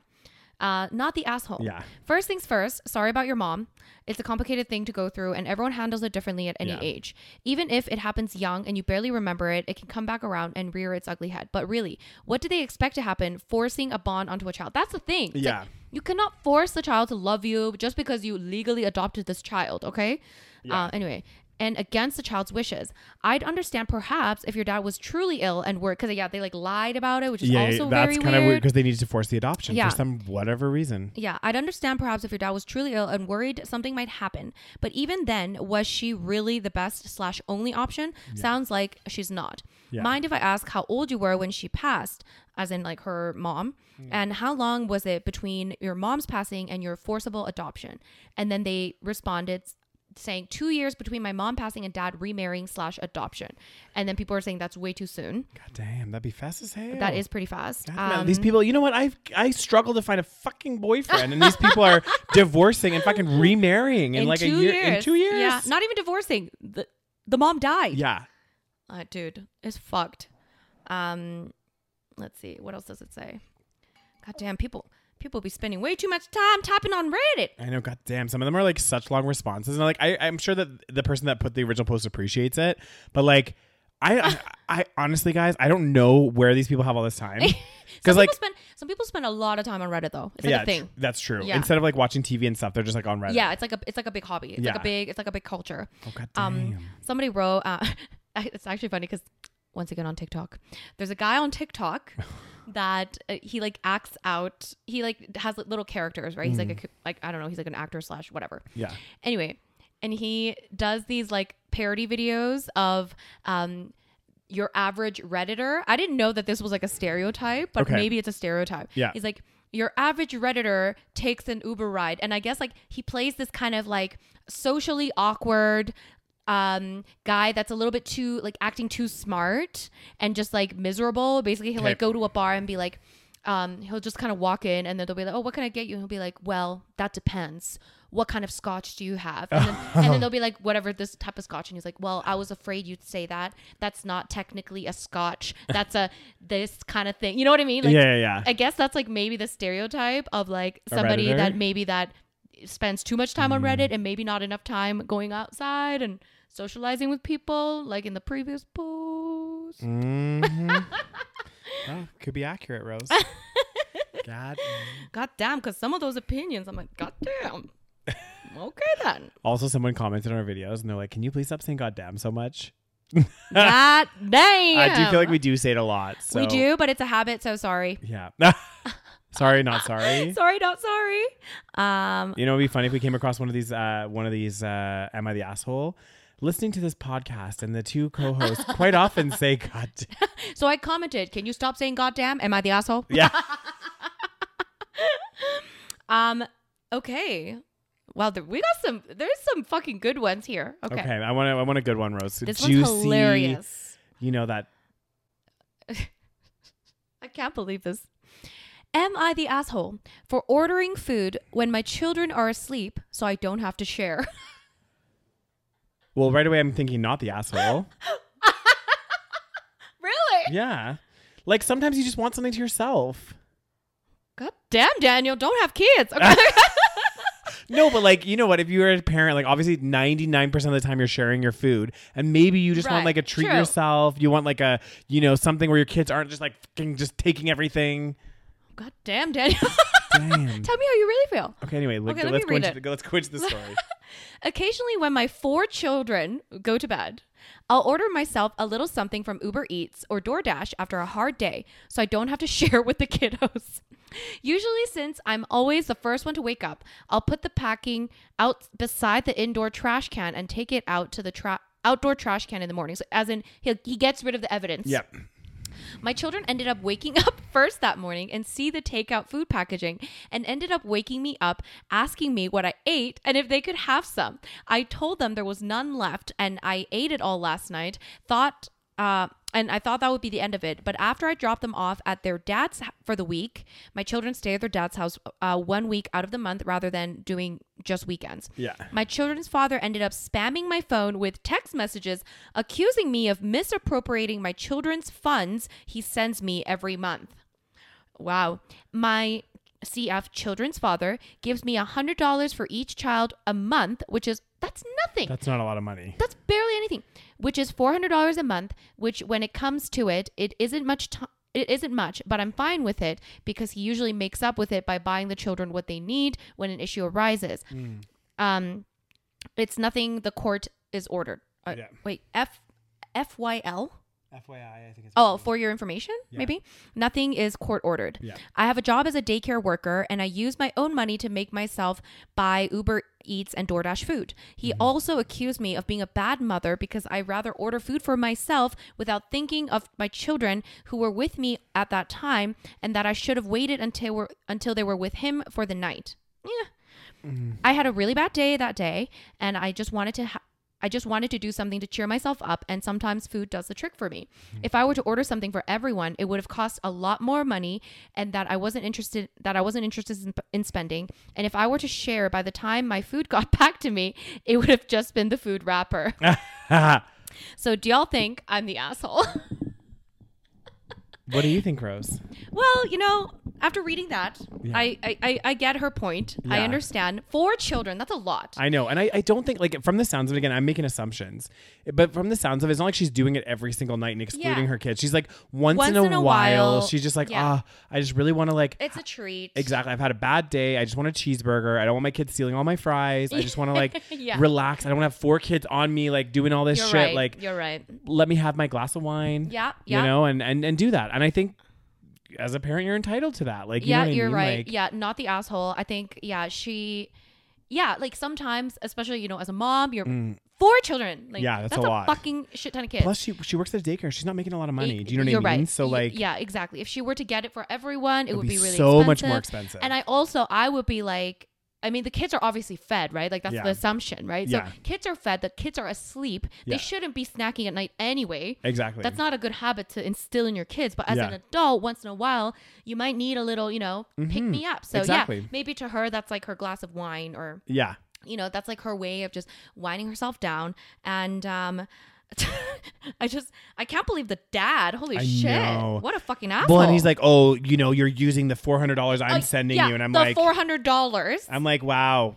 Speaker 1: Uh, not the asshole.
Speaker 2: Yeah.
Speaker 1: First things first, sorry about your mom. It's a complicated thing to go through, and everyone handles it differently at any
Speaker 2: Yeah.
Speaker 1: age. Even if it happens young and you barely remember it, it can come back around and rear its ugly head. But really, what do they expect to happen forcing a bond onto a child? That's the thing. It's
Speaker 2: Yeah.
Speaker 1: like, you cannot force the child to love you just because you legally adopted this child, okay? Uh, anyway, and against the child's wishes. I'd understand perhaps if your dad was truly ill and were, because yeah, they like lied about it, which is
Speaker 2: Yeah,
Speaker 1: also
Speaker 2: that's
Speaker 1: very
Speaker 2: kind of
Speaker 1: weird.
Speaker 2: weird because they needed to force the adoption
Speaker 1: Yeah.
Speaker 2: for some whatever reason.
Speaker 1: Yeah, I'd understand perhaps if your dad was truly ill and worried something might happen. But even then, was she really the best slash only option? Sounds like she's not.
Speaker 2: Yeah.
Speaker 1: Mind if I ask how old you were when she passed, as in like her mom? And how long was it between your mom's passing and your forcible adoption? And then they responded saying two years between my mom passing and dad remarrying slash adoption. And then people are saying that's way too soon.
Speaker 2: God damn, that'd be fast as hell.
Speaker 1: That is pretty fast.
Speaker 2: God, man,
Speaker 1: Um,
Speaker 2: these people, you know what? I I struggle to find a fucking boyfriend, and these people are divorcing and fucking remarrying in, like a year in two years.
Speaker 1: Yeah, not even divorcing. The the mom died.
Speaker 2: yeah.
Speaker 1: Uh, dude, it's fucked. Um, let's see. What else does it say? Goddamn people. People be spending way too much time typing on Reddit.
Speaker 2: I know. God damn, some of them are like such long responses, and like I, I'm sure that the person that put the original post appreciates it, but like. I, I, I honestly, guys, I don't know where these people have all this time.
Speaker 1: Some
Speaker 2: Because like,
Speaker 1: people spend some people spend a lot of time on Reddit though. It's like
Speaker 2: yeah,
Speaker 1: a thing.
Speaker 2: tr- that's true.
Speaker 1: Yeah.
Speaker 2: Instead of like watching TV and stuff, they're just like on Reddit.
Speaker 1: Yeah, it's like a it's like a big hobby. It's like
Speaker 2: Yeah.
Speaker 1: a big it's like a big culture.
Speaker 2: Oh, God
Speaker 1: Um,
Speaker 2: damn.
Speaker 1: somebody wrote. Uh, it's actually funny because once again on TikTok, there's a guy on TikTok that uh, he like acts out. He like has like, little characters, right? He's
Speaker 2: Mm.
Speaker 1: like a like I don't know. He's like an actor slash whatever.
Speaker 2: yeah.
Speaker 1: Anyway, and he does these like parody videos of um your average redditor. I didn't know that this was like a stereotype, but
Speaker 2: Okay.
Speaker 1: maybe it's a stereotype.
Speaker 2: Yeah.
Speaker 1: He's like your average redditor takes an Uber ride and I guess like he plays this kind of like socially awkward um guy that's a little bit too like acting too smart and just like miserable. Basically he'll
Speaker 2: Okay.
Speaker 1: like go to a bar and be like um, he'll just kind of walk in and then they'll be like, Oh, what can I get you? And he'll be like, Well, that depends. What kind of scotch do you have? And then, and then they'll be like, Whatever this type of scotch. And he's like, Well, I was afraid you'd say that. That's not technically a scotch. That's a this kind of thing. You know what I mean? Like,
Speaker 2: yeah, yeah, yeah.
Speaker 1: I guess that's like maybe the stereotype of like somebody
Speaker 2: Redditor?
Speaker 1: that maybe that spends too much
Speaker 2: Mm.
Speaker 1: time on Reddit and maybe not enough time going outside and socializing with people, like in the previous post.
Speaker 2: Mhm. Well, could be accurate, Rose. God
Speaker 1: God damn, because some of those opinions, I'm like, God damn. okay then.
Speaker 2: Also, someone commented on our videos and they're like, "Can you please stop saying goddamn so much?"
Speaker 1: God damn.
Speaker 2: I do feel like we do say it a lot. So.
Speaker 1: We do, but it's a habit, so sorry.
Speaker 2: Yeah. Sorry, not sorry.
Speaker 1: sorry, not sorry. Um,
Speaker 2: You know, it'd be funny if we came across one of these. Uh, one of these. Uh, Am I the asshole? Listening to this podcast, and the two co-hosts quite often say, "God, damn."
Speaker 1: so I commented, "Can you stop saying goddamn? Am I the asshole?"
Speaker 2: yeah."
Speaker 1: Um, okay. Well, there, we got some. There's some fucking good ones here. Okay,
Speaker 2: Okay, I want to. I want a good one, Rose.
Speaker 1: this
Speaker 2: Juicy.
Speaker 1: one's hilarious.
Speaker 2: You know that.
Speaker 1: I can't believe this. Am I the asshole for ordering food when my children are asleep so I don't have to share?
Speaker 2: Well, right away, I'm thinking not the asshole.
Speaker 1: really?
Speaker 2: yeah, like sometimes you just want something to yourself.
Speaker 1: God damn, Daniel, don't have kids. Okay.
Speaker 2: No, but like you know what? If you're a parent, like obviously ninety nine percent of the time you're sharing your food, and maybe you just want
Speaker 1: Right,
Speaker 2: like a treat
Speaker 1: true.
Speaker 2: yourself. You want like a you know something where your kids aren't just like fucking just taking everything.
Speaker 1: God damn, Daniel.
Speaker 2: Damn.
Speaker 1: Tell me how you really feel.
Speaker 2: okay. Anyway, look,
Speaker 1: Okay, let
Speaker 2: let's
Speaker 1: me
Speaker 2: go
Speaker 1: read
Speaker 2: into the, let's go into the story.
Speaker 1: Occasionally, when my four children go to bed, I'll order myself a little something from Uber Eats or DoorDash after a hard day so I don't have to share with the kiddos. Usually, since I'm always the first one to wake up, I'll put the packing out beside the indoor trash can and take it out to the tra- outdoor trash can in the morning. So, as in, he he gets rid of the evidence.
Speaker 2: yep.
Speaker 1: My children ended up waking up first that morning and see the takeout food packaging and ended up waking me up asking me what I ate and if they could have some. I told them there was none left and I ate it all last night. Thought uh and I thought that would be the end of it. But after I dropped them off at their dad's h- for the week, my children stay at their dad's house uh, one week out of the month rather than doing just weekends.
Speaker 2: Yeah.
Speaker 1: My children's father ended up spamming my phone with text messages accusing me of misappropriating my children's funds he sends me every month. Wow. My CF children's father gives me $100 for each child a month, which is that's nothing.
Speaker 2: That's not a lot of money.
Speaker 1: That's barely anything, which is four hundred dollars a month. Which, when it comes to it, it isn't much. T- it isn't much, but I'm fine with it because he usually makes up with it by buying the children what they need when an issue arises. Um, it's nothing the court is ordered. Uh,
Speaker 2: Yeah.
Speaker 1: Wait, F F Y L.
Speaker 2: FYI, I think it's.
Speaker 1: Oh, for your information,
Speaker 2: Yeah.
Speaker 1: maybe? Nothing is court ordered.
Speaker 2: Yeah.
Speaker 1: I have a job as a daycare worker and I use my own money to make myself buy Uber Eats and DoorDash food. He
Speaker 2: Mm-hmm.
Speaker 1: also accused me of being a bad mother because I rather order food for myself without thinking of my children who were with me at that time and that I should have waited until we're, until they were with him for the night. Yeah. I had a really bad day that day, and I just wanted to. Ha- I just wanted to do something to cheer myself up, and sometimes food does the trick for me.
Speaker 2: Hmm.
Speaker 1: If I were to order something for everyone, it would have cost a lot more money, and that I wasn't interested that I wasn't interested in, in spending. And if I were to share, by the time my food got back to me, it would have just been the food wrapper.
Speaker 2: what
Speaker 1: so, do y'all think I'm the asshole?
Speaker 2: do you think, Rose?
Speaker 1: well, you know, after reading that,
Speaker 2: Yeah.
Speaker 1: I, I I I get her point. I
Speaker 2: Yeah.
Speaker 1: understand. Four children—that's a lot.
Speaker 2: I know. And I, I don't think, like, from the sounds of it, again, I'm making assumptions, but from the sounds of it, it's not like she's doing it every single night and excluding
Speaker 1: Yeah.
Speaker 2: her kids. She's like, once, in, a while, she's just like,
Speaker 1: yeah.
Speaker 2: ah, I just really want to, like,
Speaker 1: it's a treat.
Speaker 2: Exactly. I've had a bad day. I just want a cheeseburger. I don't want my kids stealing all my fries. I just want to like
Speaker 1: Yeah.
Speaker 2: relax. I don't want to have four kids on me like doing all this
Speaker 1: You're
Speaker 2: shit.
Speaker 1: right.
Speaker 2: Like
Speaker 1: you're right.
Speaker 2: let me have my glass of wine.
Speaker 1: Yeah,
Speaker 2: You
Speaker 1: yeah.
Speaker 2: know, and and and do that. And I think as a parent you're entitled to that. Like you know
Speaker 1: yeah,
Speaker 2: what I
Speaker 1: you're
Speaker 2: mean?
Speaker 1: right.
Speaker 2: Like,
Speaker 1: yeah, not the asshole. I think yeah, she yeah, like sometimes especially you know as a mom, you're four children. Like
Speaker 2: Mm. Yeah, that's a lot.
Speaker 1: fucking shit ton of kids.
Speaker 2: Plus she she works at a daycare. She's not making a lot of money.
Speaker 1: Y-
Speaker 2: Do you know what
Speaker 1: you're
Speaker 2: I mean?
Speaker 1: Right.
Speaker 2: So
Speaker 1: Y-
Speaker 2: like
Speaker 1: yeah, exactly. If she were to get it for everyone, it would
Speaker 2: be
Speaker 1: be really
Speaker 2: so
Speaker 1: expensive.
Speaker 2: much more expensive.
Speaker 1: And I also I would be like I mean, the kids are obviously fed, right? Like that's
Speaker 2: Yeah.
Speaker 1: the assumption, right?
Speaker 2: Yeah.
Speaker 1: So kids are fed. The kids are asleep.
Speaker 2: Yeah.
Speaker 1: They shouldn't be snacking at night anyway.
Speaker 2: Exactly.
Speaker 1: That's not a good habit to instill in your kids. But as
Speaker 2: Yeah.
Speaker 1: an adult, once in a while, you might need a little, you know, pick me up. So yeah,
Speaker 2: Mm-hmm. Exactly.
Speaker 1: maybe to her, that's like her glass of wine, or
Speaker 2: yeah.
Speaker 1: you know, that's like her way of just winding herself down. And um, I just, I can't believe the dad. Holy
Speaker 2: I
Speaker 1: shit!
Speaker 2: know.
Speaker 1: What a fucking asshole.
Speaker 2: Well, and he's like, "Oh, you know, you're using the four hundred dollars I'm
Speaker 1: Like,
Speaker 2: sending
Speaker 1: yeah,
Speaker 2: you," and I'm
Speaker 1: the
Speaker 2: like,
Speaker 1: four hundred dollars.
Speaker 2: "I'm like, wow,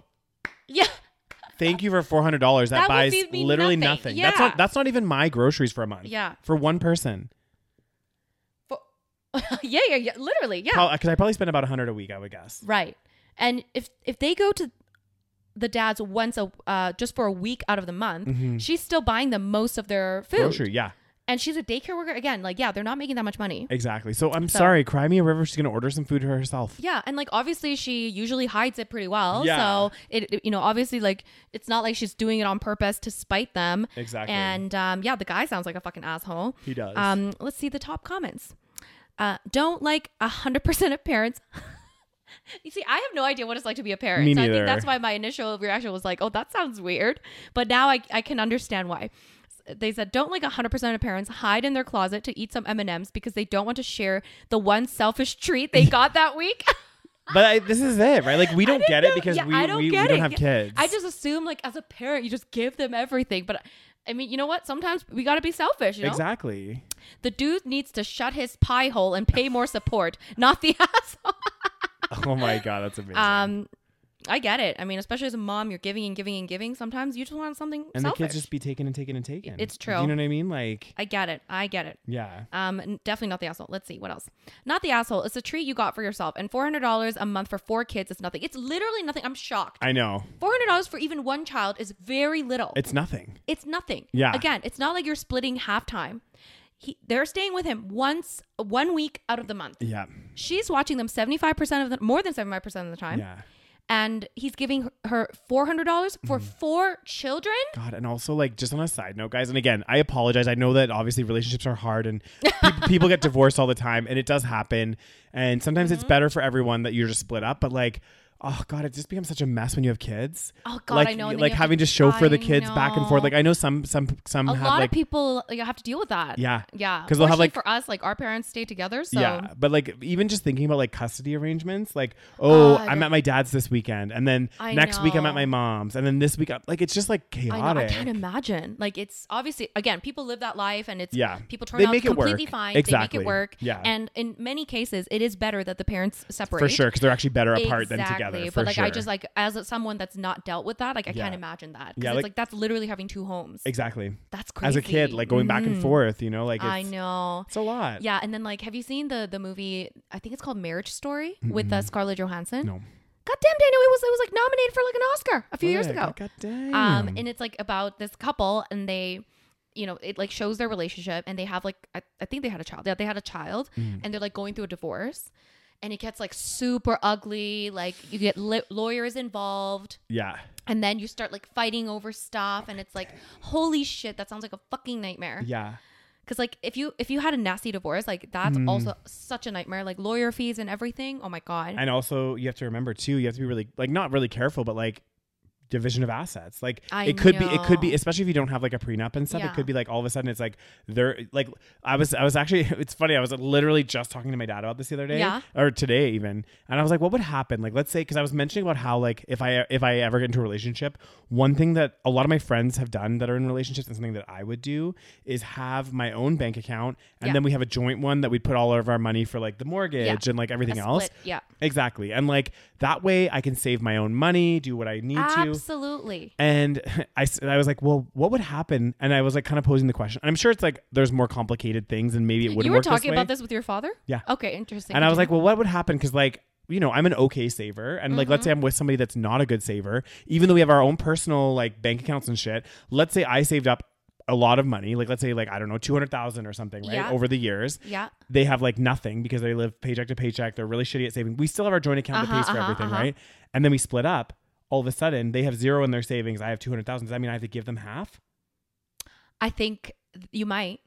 Speaker 1: Yeah,
Speaker 2: Thank you for four hundred dollars.
Speaker 1: That
Speaker 2: That,
Speaker 1: would
Speaker 2: buys
Speaker 1: be- be
Speaker 2: literally nothing.
Speaker 1: nothing.
Speaker 2: That's
Speaker 1: Yeah.
Speaker 2: not that's not even my groceries for a month.
Speaker 1: Yeah.
Speaker 2: for one person.
Speaker 1: For- yeah, yeah, yeah. Literally, yeah.
Speaker 2: Because I probably spend about hundred a week. I would guess.
Speaker 1: Right. And if if they go to the dad's
Speaker 2: Mm-hmm.
Speaker 1: once a uh, just for a week out of the month, she's still buying them most of their food.
Speaker 2: Grocery, yeah.
Speaker 1: And she's a daycare worker again. Like, yeah, they're not making that much money.
Speaker 2: Exactly. So I'm
Speaker 1: So-
Speaker 2: sorry, cry me a river. She's gonna order some food herself.
Speaker 1: Yeah, and like obviously she usually hides it pretty well.
Speaker 2: Yeah.
Speaker 1: So it, it- you know obviously like it's not like she's doing it on purpose to spite them.
Speaker 2: Exactly.
Speaker 1: And um, yeah, the guy sounds like a fucking asshole.
Speaker 2: He does.
Speaker 1: Um, let's see the top comments. Uh, don't like hundred percent of parents. you see, I have no idea what it's like to be a parent.
Speaker 2: Me
Speaker 1: so I
Speaker 2: neither.
Speaker 1: think that's why my initial reaction was like, "Oh, that sounds weird," but now I I can understand why. They said, "Don't like hundred percent of parents hide in their closet to eat some M and M's because they don't want to share the one selfish treat they got that week."
Speaker 2: but I, this is it, right? Like we don't
Speaker 1: I
Speaker 2: get
Speaker 1: didn't
Speaker 2: it
Speaker 1: know-
Speaker 2: because
Speaker 1: yeah,
Speaker 2: we,
Speaker 1: I don't
Speaker 2: we, we
Speaker 1: get
Speaker 2: don't
Speaker 1: it.
Speaker 2: have kids.
Speaker 1: I just assume like as a parent, you just give them everything, but. I mean, you know what? Sometimes we gotta be selfish. You know,
Speaker 2: exactly.
Speaker 1: the dude needs to shut his pie hole and pay more support, not the asshole.
Speaker 2: Oh my god, that's amazing.
Speaker 1: Um, I get it. I mean, especially as a mom, you're giving and giving and giving. Sometimes you just want something
Speaker 2: and
Speaker 1: selfish.
Speaker 2: the kids just be taken and taken and taken.
Speaker 1: It's
Speaker 2: Do you
Speaker 1: true.
Speaker 2: know what I mean? Like,
Speaker 1: I get it. I get it.
Speaker 2: yeah.
Speaker 1: Um, n- definitely not the asshole. Let's see what else. Not the asshole. It's a treat you got for yourself, and four hundred dollars a month for four kids is nothing. It's literally nothing. I'm shocked.
Speaker 2: I know.
Speaker 1: Four hundred dollars for even one child is very little.
Speaker 2: It's nothing.
Speaker 1: It's nothing.
Speaker 2: Yeah.
Speaker 1: Again, it's not like you're splitting halftime. He, they're staying with him once, one week out of the month.
Speaker 2: Yeah.
Speaker 1: She's watching them 75% of the, more than 75% of the time.
Speaker 2: Yeah.
Speaker 1: And he's giving her $400 for
Speaker 2: Mm-hmm.
Speaker 1: four children.
Speaker 2: God, and also like just on a side note, guys. And again, I apologize. I know that obviously relationships are hard, and peop people get divorced all the time, and it does happen. And sometimes
Speaker 1: Mm-hmm.
Speaker 2: it's better for everyone that you're just split up. But like, oh God, it just becomes such a mess when you have kids.
Speaker 1: Oh, God,
Speaker 2: like,
Speaker 1: I know, and then
Speaker 2: Like
Speaker 1: you have
Speaker 2: having to,
Speaker 1: to-
Speaker 2: chauffeur the
Speaker 1: I
Speaker 2: kids back and forth.
Speaker 1: know.
Speaker 2: Like I know some some some
Speaker 1: A
Speaker 2: have
Speaker 1: lot
Speaker 2: like
Speaker 1: of people like, have to deal with that.
Speaker 2: Yeah.
Speaker 1: Yeah.
Speaker 2: 'Cause they'll have,
Speaker 1: Fortunately
Speaker 2: like-
Speaker 1: for us, like our parents stay together. So
Speaker 2: Yeah, but like even just thinking about like custody arrangements, like oh,
Speaker 1: God.
Speaker 2: I'm at my dad's this weekend, and then
Speaker 1: I
Speaker 2: next week I'm at
Speaker 1: know.
Speaker 2: my mom's, and then this week, I'm, like it's just like
Speaker 1: I, know, I
Speaker 2: chaotic.
Speaker 1: can't imagine. Like it's obviously again, people live that life, and it's
Speaker 2: Yeah.
Speaker 1: People turn
Speaker 2: They
Speaker 1: out
Speaker 2: make it work.
Speaker 1: completely fine. They
Speaker 2: Exactly.
Speaker 1: make it work.
Speaker 2: Yeah.
Speaker 1: And in many cases, it is better that the parents separate
Speaker 2: for sure, because they're actually better apart than
Speaker 1: Exactly.
Speaker 2: together. For
Speaker 1: but like
Speaker 2: sure.
Speaker 1: I just like as a- someone that's not dealt with that, like I
Speaker 2: Yeah.
Speaker 1: can't imagine that. 'Cause
Speaker 2: Yeah,
Speaker 1: it's
Speaker 2: like-
Speaker 1: like, that's literally having two homes.
Speaker 2: exactly
Speaker 1: that's crazy.
Speaker 2: as a kid, like going back and
Speaker 1: Mhm.
Speaker 2: forth, you know, like it's,
Speaker 1: I know.
Speaker 2: it's a lot.
Speaker 1: Yeah, and then like, have you seen the the movie? I think it's called Marriage Story with uh, Scarlett Johansson.
Speaker 2: No.
Speaker 1: God damn, Daniel, it was it was like nominated for like an Oscar a few years
Speaker 2: Fuck,
Speaker 1: ago.
Speaker 2: God damn.
Speaker 1: Um, and it's like about this couple, and they, you know, it like shows their relationship, and they have like I, I think they had a child. Yeah, they had a child,
Speaker 2: Mm.
Speaker 1: and they're like going through a divorce, and it gets like super ugly. Like you get li- lawyers involved,
Speaker 2: yeah.
Speaker 1: and then you start like fighting over stuff, and it's like holy shit, that sounds like a fucking nightmare.
Speaker 2: Yeah.
Speaker 1: Because like if you if you had a nasty divorce, like that's
Speaker 2: Mm.
Speaker 1: also such a nightmare. Like lawyer fees and everything. Oh my god.
Speaker 2: And also, you have to remember too. You have to be really like not really careful, but like division of assets. Like
Speaker 1: I
Speaker 2: it could be, it could be,
Speaker 1: know.
Speaker 2: especially if you don't have like a prenup and stuff. It
Speaker 1: Yeah.
Speaker 2: could be like all of a sudden it's like they're like I was I was actually it's funny I was literally just talking to my dad about this the other day
Speaker 1: Yeah.
Speaker 2: or today even, and I was like, what would happen? Like let's say because I was mentioning about how like if I if I ever get into a relationship, one thing that a lot of my friends have done that are in relationships and something that I would do is have my own bank account and
Speaker 1: Yeah.
Speaker 2: then we have a joint one that we put all of our money for like the mortgage and like everything
Speaker 1: A
Speaker 2: else.
Speaker 1: split, yeah.
Speaker 2: Exactly. And like that way I can save my own money, do what I need to.
Speaker 1: Absolutely.
Speaker 2: And I, s- I was like, well, what would happen? And I was like, kind of posing the question. And I'm sure it's like there's more complicated things, and maybe it wouldn't
Speaker 1: You were
Speaker 2: work
Speaker 1: talking
Speaker 2: this way.
Speaker 1: about this with your father.
Speaker 2: Yeah.
Speaker 1: Okay. Interesting.
Speaker 2: And I was like, well, what would happen? Because like, you know, I'm an okay saver, and like,
Speaker 1: Mm-hmm.
Speaker 2: let's say I'm with somebody that's not a good saver, even though we have our own personal like bank accounts and shit. Let's say I saved up a lot of money, like let's say like I don't know, two hundred thousand or something, right?
Speaker 1: Yeah.
Speaker 2: Over the years,
Speaker 1: yeah.
Speaker 2: they have like nothing because they live paycheck to paycheck. They're really shitty at saving. We still have our joint account
Speaker 1: Uh-huh,
Speaker 2: that pays for
Speaker 1: uh-huh,
Speaker 2: everything,
Speaker 1: uh-huh.
Speaker 2: right? And then we split up. All of a sudden, they have zero in their savings. I have two hundred thousand. Does that mean I have to give them half?
Speaker 1: I think th- you might.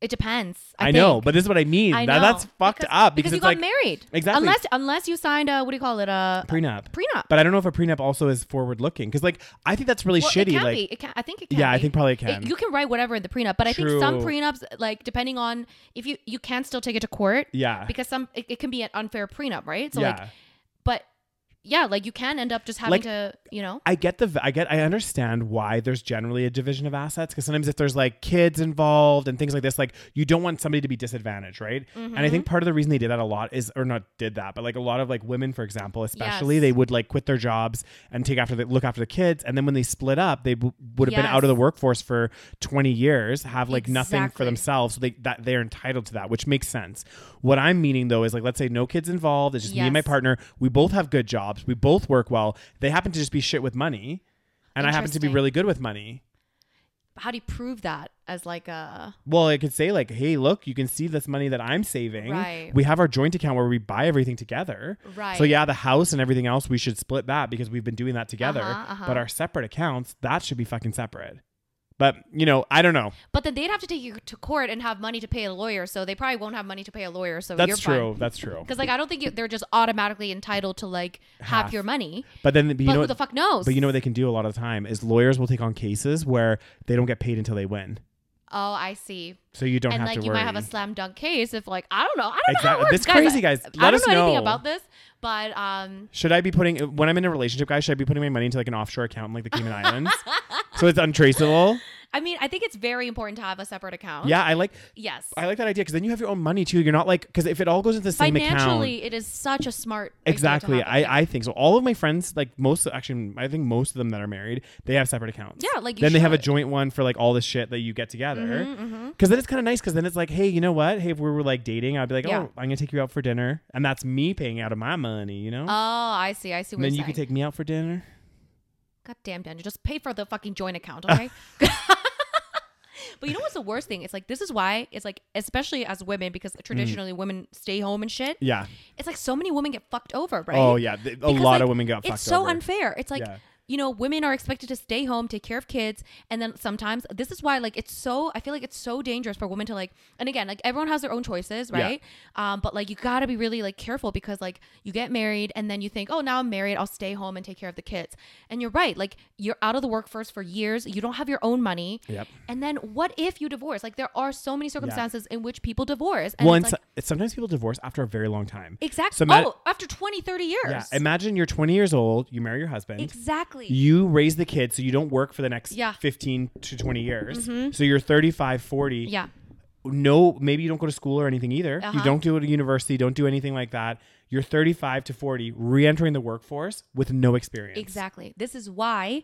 Speaker 1: It depends.
Speaker 2: I,
Speaker 1: I,
Speaker 2: know,
Speaker 1: think.
Speaker 2: but this is what I mean.
Speaker 1: I
Speaker 2: That-
Speaker 1: know.
Speaker 2: that's fucked up because,
Speaker 1: you
Speaker 2: it's
Speaker 1: got
Speaker 2: like
Speaker 1: married.
Speaker 2: Exactly.
Speaker 1: Unless unless you signed a what do you call it a
Speaker 2: prenup.
Speaker 1: prenup.
Speaker 2: But I don't know if a prenup also is forward looking because, like, I think that's really
Speaker 1: Well,
Speaker 2: shitty.
Speaker 1: It can
Speaker 2: like,
Speaker 1: be. It can, I think it can.
Speaker 2: yeah, I
Speaker 1: be.
Speaker 2: think probably it
Speaker 1: It-
Speaker 2: can.
Speaker 1: you can write whatever in the prenup, but I think some
Speaker 2: True.
Speaker 1: prenups, like depending on if you you can still take it to court
Speaker 2: yeah,
Speaker 1: because some it, it can be an unfair prenup, right? So
Speaker 2: yeah.
Speaker 1: like, but yeah, like you can end up just having
Speaker 2: Like-
Speaker 1: to, you know,
Speaker 2: I get the I get I understand why there's generally a division of assets because sometimes if there's like kids involved and things like this, like you don't want somebody to be disadvantaged, right? And
Speaker 1: Mm-hmm.
Speaker 2: I think part of the reason they did that a lot is or not did that, but like a lot of like women, for example, especially
Speaker 1: Yes.
Speaker 2: they would like quit their jobs and take after the look after the kids, and then when they split up, they w- would have been out of
Speaker 1: Yes.
Speaker 2: the workforce for 20 years, have like nothing for
Speaker 1: Exactly.
Speaker 2: themselves, so they that they're entitled to that, which makes sense. What I'm meaning though is like let's say no kids involved, it's just me and my
Speaker 1: Yes.
Speaker 2: partner partner. We both have good jobs. We both work well. They happen to just be shit with money. And I happen to be
Speaker 1: Interesting.
Speaker 2: really good with money.
Speaker 1: how do you prove that as like a
Speaker 2: Well, I could say like, "Hey, look, you can see this money that I'm saving.
Speaker 1: Right.
Speaker 2: We have our joint account where we buy everything together.
Speaker 1: Right.
Speaker 2: So yeah, the house and everything else, we should split that because we've been doing that together.
Speaker 1: Uh-huh, uh-huh.
Speaker 2: But our separate accounts, that should be fucking separate. But you know, I don't know.
Speaker 1: but then they'd have to take you to court and have money to pay a lawyer so they probably won't have money to pay a lawyer so
Speaker 2: That's
Speaker 1: you're
Speaker 2: true. That's true.
Speaker 1: because like i don't think you, they're just automatically entitled to like half,
Speaker 2: Half.
Speaker 1: your money
Speaker 2: But then but you
Speaker 1: but
Speaker 2: know
Speaker 1: who the fuck knows
Speaker 2: But you know what they can do a lot of the time is lawyers will take on cases where they don't get paid until they win.
Speaker 1: oh i see
Speaker 2: So you don't
Speaker 1: and
Speaker 2: have
Speaker 1: like
Speaker 2: to
Speaker 1: you
Speaker 2: worry.
Speaker 1: might have a slam dunk case if like i don't know i don't know how it
Speaker 2: Exactly.
Speaker 1: works.
Speaker 2: This crazy, guys.
Speaker 1: I- i
Speaker 2: Let
Speaker 1: don't
Speaker 2: us
Speaker 1: know, anything
Speaker 2: know.
Speaker 1: about this but um
Speaker 2: should I be putting when I'm in a relationship, guys? Should I be putting my money into like an offshore account in like the Cayman Islands, so it's untraceable?
Speaker 1: i mean i think it's very important to have a separate account
Speaker 2: Yeah, I like
Speaker 1: yes
Speaker 2: I like that idea because then you have your own money too. You're not like because if it all goes into the same account,
Speaker 1: financially it is such a smart idea to
Speaker 2: exactly.
Speaker 1: have a
Speaker 2: I I think so. All of my friends, like most, actually, I think most of them that are married, they have separate accounts.
Speaker 1: Yeah, like, you
Speaker 2: then they have a
Speaker 1: should.
Speaker 2: joint one for like all the shit that you get together.
Speaker 1: Mhm.
Speaker 2: Because then it's kind of nice. Because then it's like, hey, you know what? Hey, if we were like dating, I'd be like,
Speaker 1: Yeah.
Speaker 2: oh, I'm gonna take you out for dinner, and that's me paying out of my money, you know.
Speaker 1: Oh, I see. I see
Speaker 2: and
Speaker 1: what
Speaker 2: then
Speaker 1: you're
Speaker 2: you could
Speaker 1: saying.
Speaker 2: take me out for dinner.
Speaker 1: God damn, Daniel, just pay for the fucking joint account, okay? but you know what's the worst thing? It's like this is why it's like especially as women because traditionally women stay home and shit.
Speaker 2: Mm. Yeah.
Speaker 1: It's like so many women get fucked over, right?
Speaker 2: Oh yeah, Th- a
Speaker 1: Because,
Speaker 2: lot
Speaker 1: like,
Speaker 2: of women got
Speaker 1: It's
Speaker 2: fucked
Speaker 1: so
Speaker 2: over.
Speaker 1: unfair. It's like
Speaker 2: Yeah.
Speaker 1: you know, women are expected to stay home, take care of kids, and then sometimes this is why like it's so I feel like it's so dangerous for women to like and again, like everyone has their own choices,
Speaker 2: Yeah.
Speaker 1: right? Um, but like you gotta be really like careful because like you get married and then you think, Oh, now I'm married, I'll stay home and take care of the kids. And you're right, like you're out of the workforce for years, you don't have your own money.
Speaker 2: Yep.
Speaker 1: And then what if you divorce? Like there are so many circumstances in which people divorce. And
Speaker 2: Well, and
Speaker 1: it's
Speaker 2: so-
Speaker 1: like,
Speaker 2: sometimes people divorce after a very long time.
Speaker 1: exactly
Speaker 2: so ma-
Speaker 1: oh, after 20, 30 years.
Speaker 2: Yeah. Imagine you're 20 years old. You marry your husband.
Speaker 1: exactly.
Speaker 2: You raise the kids, so you don't work for the next
Speaker 1: Yeah. Mm-hmm.
Speaker 2: 15 to 20 years. So you're 35, 40.
Speaker 1: yeah.
Speaker 2: no, maybe you don't go to school or anything either.
Speaker 1: Uh-huh.
Speaker 2: You don't do it at university, don't do anything like that. You're 35 to 40, re entering the workforce with no experience.
Speaker 1: Exactly. This is why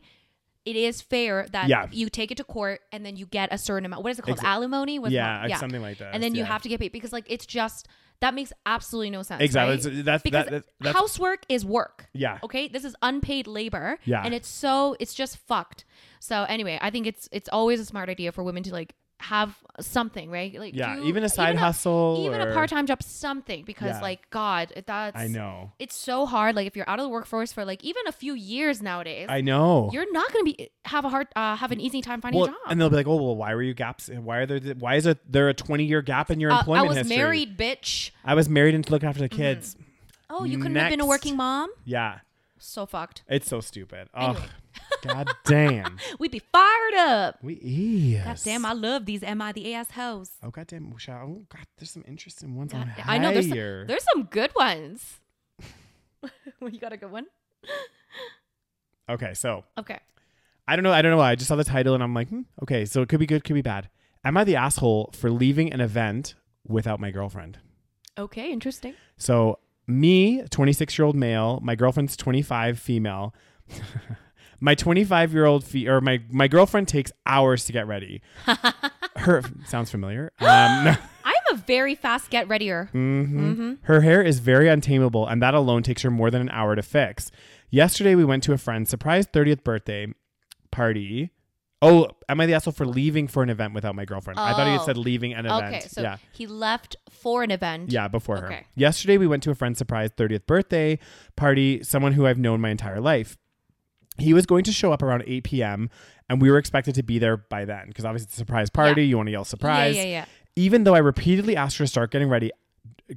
Speaker 1: it is fair that
Speaker 2: Yeah.
Speaker 1: you take it to court and then you get a certain amount. What is it called?
Speaker 2: Exa-
Speaker 1: Alimony? What's it
Speaker 2: Yeah,
Speaker 1: called?
Speaker 2: something like that.
Speaker 1: And then you
Speaker 2: yeah.
Speaker 1: have to get paid because, like, it's just that makes absolutely no sense.
Speaker 2: Exactly.
Speaker 1: right?
Speaker 2: It's- that's-
Speaker 1: because
Speaker 2: that- that- that's-
Speaker 1: housework is work.
Speaker 2: Yeah.
Speaker 1: Okay. This is unpaid labor.
Speaker 2: Yeah.
Speaker 1: And it's so it's just fucked. So anyway, I think it's it's always a smart idea for women to like have something, right? Like
Speaker 2: Yeah,
Speaker 1: do-
Speaker 2: even a side
Speaker 1: even
Speaker 2: hustle
Speaker 1: even
Speaker 2: or-
Speaker 1: a part time job, something. Because
Speaker 2: Yeah.
Speaker 1: like God, that's
Speaker 2: I know.
Speaker 1: it's so hard. Like if you're out of the workforce for like even a few years nowadays,
Speaker 2: I know.
Speaker 1: you're not gonna be have a hard uh, have an easy time finding
Speaker 2: well,
Speaker 1: a job.
Speaker 2: and they'll be like, "Oh, well, why were you gaps? Why are there? th- Why is there, there a twenty year gap in your
Speaker 1: Uh, I
Speaker 2: employment
Speaker 1: was
Speaker 2: history?
Speaker 1: married, Mm-hmm. bitch.
Speaker 2: I was married and to look after the kids.
Speaker 1: Oh, you couldn't have been a
Speaker 2: Next.
Speaker 1: working mom.
Speaker 2: Yeah,
Speaker 1: So fucked.
Speaker 2: it's so stupid. Ugh,
Speaker 1: Anyway.
Speaker 2: god damn.
Speaker 1: We'd be fired up.
Speaker 2: We yes.
Speaker 1: God damn, I love these Am I the Ass hoes.
Speaker 2: Oh goddamn! Wish I- Oh god, there's some interesting ones on
Speaker 1: God
Speaker 2: here.
Speaker 1: damn- I know there's some, there's some good ones. well, you got a good one.
Speaker 2: okay, so
Speaker 1: Okay.
Speaker 2: I don't know. I don't know why. I just saw the title and I'm like, hmm, okay, so it could be good, could be bad. Am I the asshole for leaving an event without my girlfriend?
Speaker 1: Okay. Interesting.
Speaker 2: So, me, 26 year old male, my girlfriend's 25 female. my 25 year old fe- or my my girlfriend takes hours to get ready. Her sounds familiar. Um, no.
Speaker 1: I'm a very fast get readier.
Speaker 2: Mm, Mm-hmm.
Speaker 1: Mm-hmm.
Speaker 2: Her hair is very untamable, and that alone takes her more than an hour to fix. Yesterday, we went to a friend's surprise 30th birthday party. Oh, am I the asshole for leaving for an event without my girlfriend? I thought he had
Speaker 1: Oh.
Speaker 2: said leaving an event.
Speaker 1: Okay. So
Speaker 2: yeah.
Speaker 1: he left for an event.
Speaker 2: Yeah, before her.
Speaker 1: Okay.
Speaker 2: Yesterday, we went to a friend's surprise 30th birthday party, someone who I've known my entire life. He was going to show up around 8 p.m., and we were expected to be there by then because obviously it's a surprise party. You want to yell surprise
Speaker 1: Yeah. Yeah. yeah.
Speaker 2: even though I repeatedly asked her to start getting ready,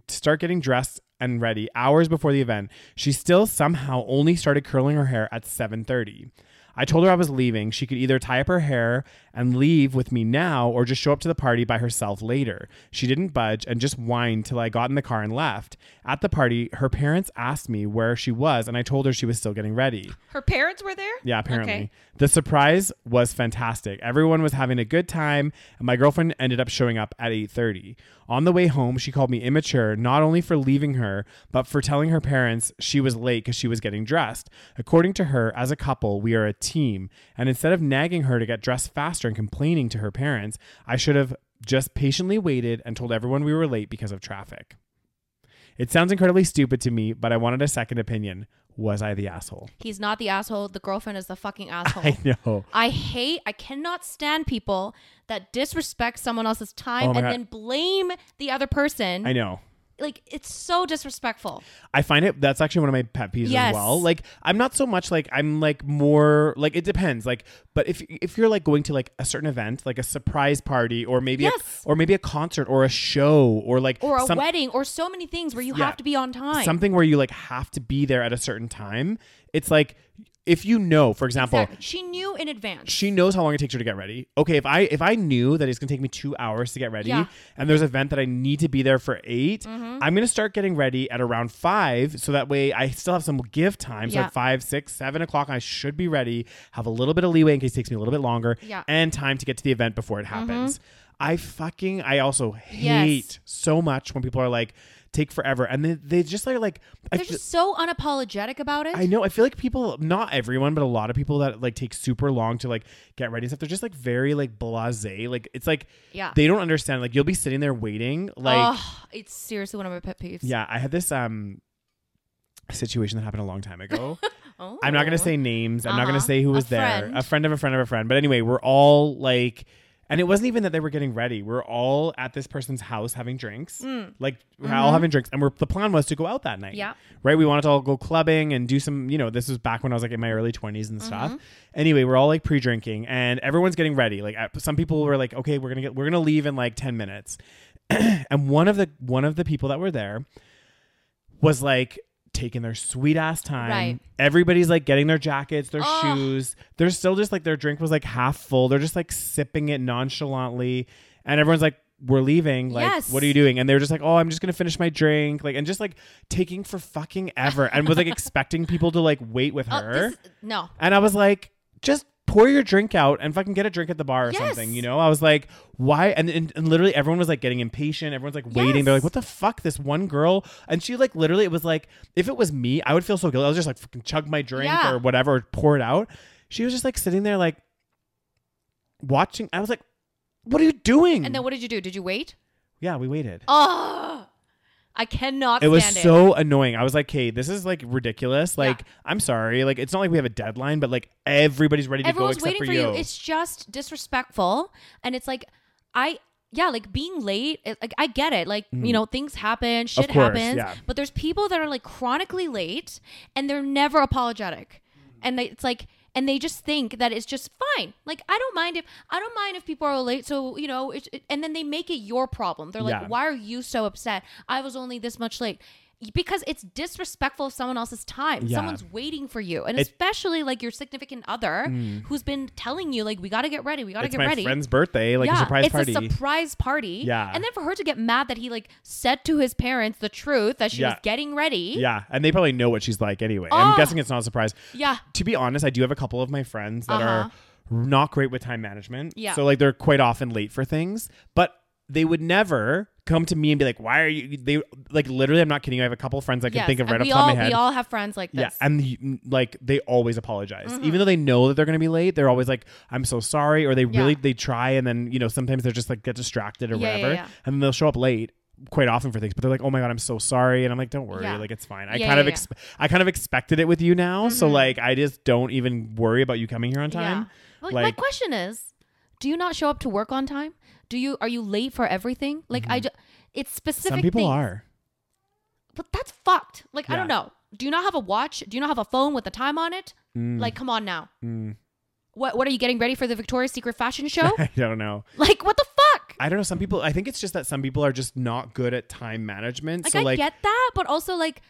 Speaker 2: start getting dressed and ready hours before the event, she still somehow only started curling her hair at 7:30. I told her I was leaving. She could either tie up her hair and leave with me now or just show up to the party by herself later. She didn't budge and just whined till I got in the car and left. At the party, her parents asked me where she was and I told her she was still getting ready.
Speaker 1: Her parents were there.
Speaker 2: Yeah, apparently.
Speaker 1: Okay.
Speaker 2: The surprise was fantastic. Everyone was having a good time, and my girlfriend ended up showing up at 8:30. On the way home, she called me immature not only for leaving her, but for telling her parents she was late cuz she was getting dressed. According to her, as a couple, we are a team, and instead of nagging her to get dressed faster and complaining to her parents, I should have just patiently waited and told everyone we were late because of traffic. It sounds incredibly stupid to me, but I wanted a second opinion. was I the asshole?
Speaker 1: He's not the asshole. The girlfriend is the fucking asshole.
Speaker 2: I know.
Speaker 1: I hate, I cannot stand people that disrespect someone else's time
Speaker 2: Oh
Speaker 1: and
Speaker 2: my God.
Speaker 1: then blame the other person.
Speaker 2: I know.
Speaker 1: like, it's so disrespectful.
Speaker 2: I find it that's actually one of my pet peeves
Speaker 1: Yes.
Speaker 2: as well. Like I'm not so much like I'm like more like it depends. Like but if if you're like going to like a certain event, like a surprise party or maybe a,
Speaker 1: Yes.
Speaker 2: or maybe a concert or a show or like
Speaker 1: Or a
Speaker 2: some-
Speaker 1: wedding or so many things where you
Speaker 2: Yeah.
Speaker 1: have to be on time.
Speaker 2: something where you like have to be there at a certain time, it's like if you know, for example,
Speaker 1: Exactly. She knew in advance.
Speaker 2: she knows how long it takes her to get ready. Okay, if I if I knew that it's gonna take me two hours to get ready,
Speaker 1: Yeah. Mm-hmm.
Speaker 2: and there's an event that I need to be there for 8 i I'm gonna start getting ready at around five, so that way I still have some give time. So
Speaker 1: Yeah.
Speaker 2: at five, six, seven o'clock, I should be ready. Have a little bit of leeway in case it takes me a little bit longer,
Speaker 1: Yeah. Mm-hmm.
Speaker 2: and time to get to the event before it happens. I fucking I also
Speaker 1: Yes.
Speaker 2: hate so much when people are like take forever, and they they just are like I
Speaker 1: They're
Speaker 2: feel-
Speaker 1: just so unapologetic about it.
Speaker 2: I know. I feel like people, not everyone, but a lot of people that like take super long to like get ready and stuff. They're just like very like blasé. Like it's like
Speaker 1: Yeah.
Speaker 2: they don't understand. Like you'll be sitting there waiting. Like
Speaker 1: Ugh, it's seriously one of my pet peeves.
Speaker 2: yeah, I had this um situation that happened a long time ago.
Speaker 1: Oh.
Speaker 2: I'm not gonna say names. I'm not gonna
Speaker 1: Uh-huh.
Speaker 2: say who
Speaker 1: A
Speaker 2: was there.
Speaker 1: friend.
Speaker 2: A friend of a friend of a friend. But anyway, we're all like. And it wasn't even that they were getting ready. We're all at this person's house having drinks. Like we're all having drinks, and we're, the plan was to go out that night
Speaker 1: Mm. Mm-hmm. Yeah.
Speaker 2: right? We wanted to all go clubbing and do some, you know, this was back when I was like in my early 20s and stuff.
Speaker 1: Mm-hmm.
Speaker 2: Anyway, we're all like pre drinking and everyone's getting ready. Like I- some people were like, okay, we're going to get, we're going to leave in like 10 minutes. and one of the, one of the people that were there was like, taking their sweet ass time.
Speaker 1: Right.
Speaker 2: Everybody's like getting their jackets, their
Speaker 1: Ugh.
Speaker 2: shoes. They're still just like their drink was like half full. They're just like sipping it nonchalantly. And everyone's like, we're leaving. Like,
Speaker 1: Yes.
Speaker 2: what are you doing? And they were just like, oh, I'm just gonna finish my drink, like, and just like taking for fucking ever, and was like expecting people to like wait with
Speaker 1: Oh,
Speaker 2: her,
Speaker 1: this is- no.
Speaker 2: and I was like, just pour your drink out and fucking get a drink at the bar or
Speaker 1: Yes.
Speaker 2: something, you know? I was like, why? And, and and literally everyone was like getting impatient, everyone's like waiting, they're
Speaker 1: Yes.
Speaker 2: like, what the fuck, this one girl, and she like literally, it was like, if it was me, I would feel so guilty, I was just like fucking chug my drink
Speaker 1: Yeah.
Speaker 2: or whatever, or pour it out. She was just like sitting there like watching. I was like. What are you doing?
Speaker 1: And then what did you do? Did you wait?
Speaker 2: yeah, we waited.
Speaker 1: Oh, I cannot
Speaker 2: it was
Speaker 1: stand it.
Speaker 2: so annoying. I was like, "Hey, this is like ridiculous. Like, I'm sorry. Like, it's not like we have a deadline, but like everybody's ready to
Speaker 1: Everyone's
Speaker 2: go except
Speaker 1: waiting
Speaker 2: for
Speaker 1: for you. It's just disrespectful, and it's like I. Yeah, like being late, it- like I get it. Like, you know, things happen, shit
Speaker 2: Mm. course,
Speaker 1: happens.
Speaker 2: yeah.
Speaker 1: But there's people that are like chronically late and they're never apologetic.
Speaker 2: Mm.
Speaker 1: And they, it's like and they just think that it's just fine. Like, I don't mind if I don't mind if people are late, so, you know, it's, it, and then they make it your problem. They're like,
Speaker 2: Yeah.
Speaker 1: "Why are you so upset? I was only this much late." Because it's disrespectful of someone else's time.
Speaker 2: Yeah.
Speaker 1: Someone's waiting for you. And
Speaker 2: It- Mm.
Speaker 1: especially like your significant other who's been telling you like we got to get ready, we got to
Speaker 2: it's
Speaker 1: get
Speaker 2: my
Speaker 1: ready.
Speaker 2: friend's birthday, like a surprise
Speaker 1: it's
Speaker 2: party.
Speaker 1: a surprise party.
Speaker 2: Yeah.
Speaker 1: and then for her to get mad that he like said to his parents the truth that she was
Speaker 2: Yeah.
Speaker 1: getting ready.
Speaker 2: yeah, and they probably know what she's like anyway.
Speaker 1: Ah!
Speaker 2: I'm guessing it's not a surprise.
Speaker 1: yeah,
Speaker 2: To be honest, I do have a couple of my friends that
Speaker 1: Uh-huh.
Speaker 2: are not great with time management.
Speaker 1: Yeah.
Speaker 2: so like they're quite often late for things, but they would never come to me and be like, "Why are you?" They like literally, I'm not kidding. you. I have a couple of friends I can
Speaker 1: Yes.
Speaker 2: think of
Speaker 1: And
Speaker 2: right off
Speaker 1: we
Speaker 2: the top
Speaker 1: all
Speaker 2: of my head.
Speaker 1: we all have friends like
Speaker 2: Yeah,
Speaker 1: this.
Speaker 2: and the, mm, like they always apologize,
Speaker 1: Mm-hmm.
Speaker 2: even though they know that they're going to be late. They're always like, "I'm so sorry," or they really
Speaker 1: Yeah.
Speaker 2: they try, and then you know sometimes they're just like get distracted or
Speaker 1: Yeah, yeah,
Speaker 2: whatever,
Speaker 1: yeah.
Speaker 2: and then they'll show up late quite often for things. But they're like, "Oh my god, I'm so sorry," and I'm like, "Don't worry,
Speaker 1: Yeah.
Speaker 2: like it's fine."
Speaker 1: Yeah,
Speaker 2: I kind
Speaker 1: yeah, Mm-hmm.
Speaker 2: of ex- I kind of expected it with you now, so like I just don't even worry about you coming here on time.
Speaker 1: Well, my
Speaker 2: like-
Speaker 1: question is, do you not show up to work on time? Do you are you late for everything? Like I just it's specific.
Speaker 2: Mm-hmm. Some people
Speaker 1: things.
Speaker 2: are.
Speaker 1: but that's fucked. Like I don't
Speaker 2: Yeah.
Speaker 1: know. Do you not have a watch? Do you not have a phone with a time on it?
Speaker 2: Mm.
Speaker 1: Like come on now. What what are you getting ready for the Victoria's Secret fashion show?
Speaker 2: I don't know.
Speaker 1: like what the fuck?
Speaker 2: I don't know. Some people. I think it's just that some people are just not good at time management.
Speaker 1: Like
Speaker 2: so
Speaker 1: I
Speaker 2: like,
Speaker 1: get that, but also like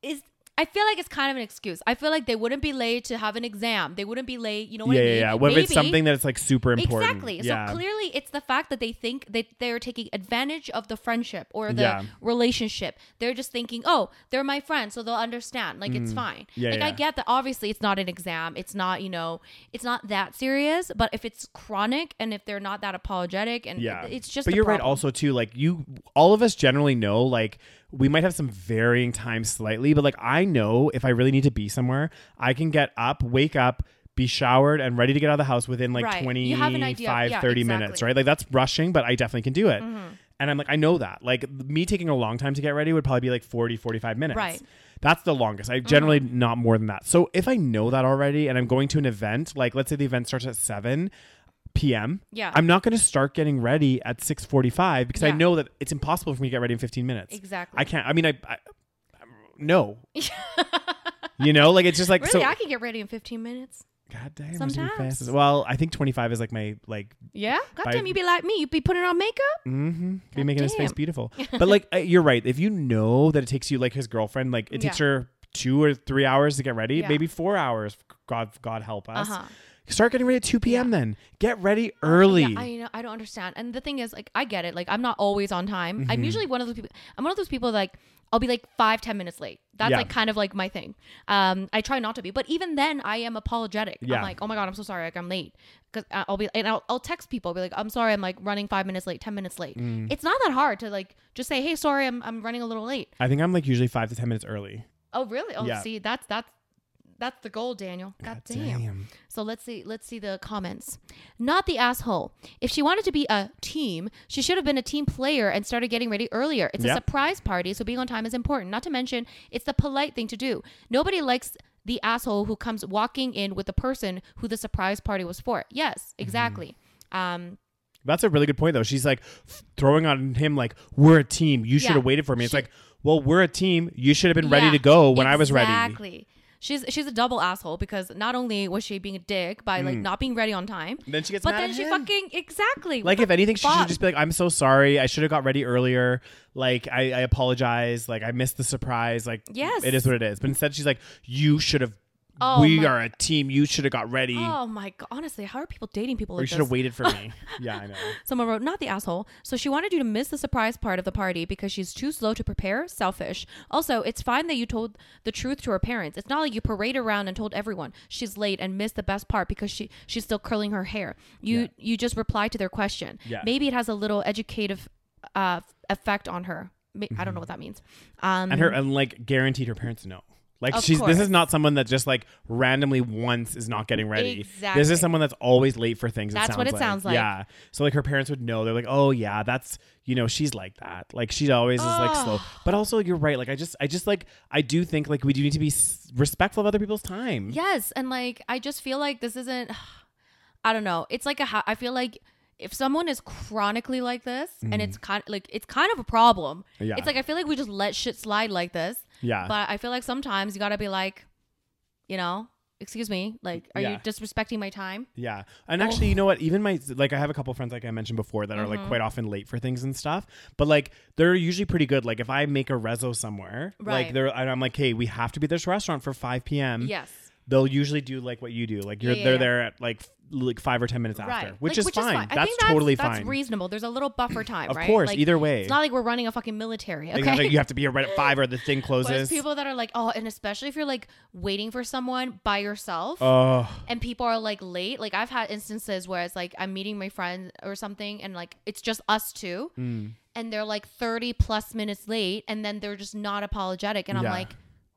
Speaker 1: is I feel like it's kind of an excuse. I feel like they wouldn't be late to have an exam. They wouldn't be late, you know what
Speaker 2: yeah,
Speaker 1: I
Speaker 2: yeah,
Speaker 1: mean?
Speaker 2: yeah. What if it's
Speaker 1: Maybe-
Speaker 2: something that's like super important?
Speaker 1: Exactly.
Speaker 2: Yeah.
Speaker 1: So clearly, it's the fact that they think that they're taking advantage of the friendship or the
Speaker 2: Yeah.
Speaker 1: relationship. They're just thinking, oh, they're my friends, so they'll understand. Like, it's fine.
Speaker 2: Mm. Yeah,
Speaker 1: like, I
Speaker 2: yeah.
Speaker 1: get that obviously it's not an exam. It's not, you know, it's not that serious. But if it's chronic and if they're not that apologetic and
Speaker 2: yeah
Speaker 1: it's just,
Speaker 2: but
Speaker 1: a
Speaker 2: you're right
Speaker 1: problem.
Speaker 2: also too like you all of us generally know like we might have some varying times slightly but like i know if i really need to be somewhere i can get up wake up be showered and ready to get out of the house within like
Speaker 1: Right. You have an idea.
Speaker 2: 25
Speaker 1: Yeah, exactly.
Speaker 2: 30
Speaker 1: Mm-hmm.
Speaker 2: minutes right like that's rushing but i definitely can do it And I'm like, I know that. Like me taking a long time to get ready would probably be like 40, 45 minutes.
Speaker 1: Right. Mm-hmm.
Speaker 2: That's the longest. I generally not more than that. So if I know that already and I'm going to an event, like let's say the event starts at 7 p.m.
Speaker 1: Yeah.
Speaker 2: I'm not going to start getting ready at 6:45 because I
Speaker 1: Yeah.
Speaker 2: know that it's impossible for me to get ready in 15 minutes.
Speaker 1: Exactly.
Speaker 2: I can't. I mean, I, I, I- no. you know, like it's just like
Speaker 1: really,
Speaker 2: so.
Speaker 1: I can get ready in 15 minutes.
Speaker 2: God damn, I'm doing
Speaker 1: Sometimes.
Speaker 2: fast. Well, I think 25 is like my like.
Speaker 1: Yeah. God
Speaker 2: By-
Speaker 1: damn, you be like me. You be putting on makeup.
Speaker 2: Mm-hmm. Be making his face
Speaker 1: damn.
Speaker 2: beautiful, but like uh, you're right. If you know that it takes you like his girlfriend, like it takes
Speaker 1: Yeah.
Speaker 2: her two or three hours to get ready,
Speaker 1: Yeah.
Speaker 2: maybe four hours. God, God help us.
Speaker 1: Uh-huh.
Speaker 2: Start getting ready at 2 p.m. Then get ready early.
Speaker 1: Yeah, I know. I don't understand. And the thing is, like, I get it. Like, I'm not always on time.
Speaker 2: Mm-hmm.
Speaker 1: I'm usually one of those people. I'm one of those people like I'll be like five, ten minutes late. That's
Speaker 2: Yeah.
Speaker 1: like kind of like my thing. Um, I try not to be, but even then, I am apologetic.
Speaker 2: Yeah.
Speaker 1: I'm like, oh my god, I'm so sorry. Like, I'm late. Because I'll be and I'll, I'll text people. I'll be like, I'm sorry. I'm like running five minutes late, ten minutes late.
Speaker 2: Mm.
Speaker 1: It's not that hard to like just say, hey, sorry, I'm I'm running a little late.
Speaker 2: I think I'm like usually five to 10 minutes early.
Speaker 1: Oh really? Oh,
Speaker 2: Yeah.
Speaker 1: see, that's that's that's the goal, Daniel. God, damn. So let's see let's see the comments. Not the asshole. If she wanted to be a team, she should have been a team player and started getting ready earlier. It's a
Speaker 2: Yep.
Speaker 1: surprise party, so being on time is important. Not to mention, it's the polite thing to do. Nobody likes the asshole who comes walking in with the person who the surprise party was for. Yes,
Speaker 2: Mm-hmm.
Speaker 1: exactly. Um
Speaker 2: That's a really good point, though. She's like f- throwing on him, like, we're a team. You should
Speaker 1: Yeah.
Speaker 2: have waited for me. It's
Speaker 1: She-
Speaker 2: like, well, we're a team. You should have been
Speaker 1: Yeah,
Speaker 2: ready to go when I was ready.
Speaker 1: Exactly. She's she's a double asshole because not only was she being a dick by like not being ready on time,
Speaker 2: And Mm. then she gets
Speaker 1: but
Speaker 2: mad
Speaker 1: then
Speaker 2: at
Speaker 1: she
Speaker 2: him.
Speaker 1: fucking exactly
Speaker 2: Like, if anything, she
Speaker 1: fuck?
Speaker 2: should just be like, I'm so sorry. I should have got ready earlier. Like, I, I apologize. Like, I missed the surprise. Like,
Speaker 1: Yes.
Speaker 2: it is what it is. But instead, she's like, you should have,
Speaker 1: Oh,
Speaker 2: we
Speaker 1: my-
Speaker 2: are a team. You should have got ready.
Speaker 1: Oh my god! Honestly, how are people dating people
Speaker 2: or you
Speaker 1: like
Speaker 2: should
Speaker 1: this?
Speaker 2: have waited for me. yeah, I know.
Speaker 1: Someone wrote, "Not the asshole." So she wanted you to miss the surprise part of the party because she's too slow to prepare. Selfish. Also, it's fine that you told the truth to her parents. It's not like you parade around and told everyone she's late and missed the best part because she she's still curling her hair. You
Speaker 2: Yeah.
Speaker 1: you just reply to their question.
Speaker 2: Yeah.
Speaker 1: Maybe it has a little educative uh, effect on her. Ma- I
Speaker 2: Mm-hmm.
Speaker 1: don't know what that means. Um,
Speaker 2: And her, and like, guaranteed her parents know. Like
Speaker 1: Of
Speaker 2: she's this
Speaker 1: course.
Speaker 2: is not someone that just like randomly once is not getting ready. This
Speaker 1: Exactly.
Speaker 2: is someone that's always late for things.
Speaker 1: That's what it sounds like.
Speaker 2: Yeah. So like her parents would know. They're like, oh yeah, that's you know she's like that. Like she always is like slow. But also you're right. Like I just I just like I do think like we do need to be s- respectful of other people's time.
Speaker 1: Yes, and like I just feel like this isn't. I don't know. It's like a. ho- I feel like if someone is chronically like this, and it's kind like it's kind of a problem.
Speaker 2: Mm-hmm. Yeah.
Speaker 1: It's like I feel like we just let shit slide like this.
Speaker 2: Yeah.
Speaker 1: But I feel like sometimes you gotta be like, you know, excuse me, like, are you
Speaker 2: Yeah.
Speaker 1: disrespecting my time?
Speaker 2: Yeah. And actually,
Speaker 1: Oh.
Speaker 2: you know what? Even my, like, I have a couple friends, like I mentioned before, that are like
Speaker 1: Mm-hmm.
Speaker 2: quite often late for things and stuff, but like, they're usually pretty good. Like, if I make a rezzo somewhere,
Speaker 1: Right.
Speaker 2: like, they're, and I'm like, hey, we have to be at this restaurant for 5 p.m.
Speaker 1: Yes.
Speaker 2: They'll usually do like what you do. Like, you're,
Speaker 1: Yeah, yeah,
Speaker 2: they're
Speaker 1: yeah.
Speaker 2: there at like, f- like five or 10 minutes after,
Speaker 1: Right.
Speaker 2: which,
Speaker 1: Like,
Speaker 2: is, fine.
Speaker 1: I
Speaker 2: That's,
Speaker 1: think
Speaker 2: totally
Speaker 1: that's
Speaker 2: fine.
Speaker 1: reasonable. There's a little buffer time,
Speaker 2: Of
Speaker 1: right?
Speaker 2: course,
Speaker 1: Like,
Speaker 2: either way.
Speaker 1: It's not like we're running a fucking military. Okay.
Speaker 2: Like, you have to be right at five or the thing
Speaker 1: But it's
Speaker 2: closes.
Speaker 1: people that are like, oh, and especially if you're like waiting for someone by yourself.
Speaker 2: Oh,
Speaker 1: and people are like late. Like I've had instances where it's like I'm meeting my friend or something, and like it's just us two,
Speaker 2: Mm.
Speaker 1: and they're like 30 plus minutes late, and then they're just not apologetic, and I'm
Speaker 2: Yeah.
Speaker 1: like,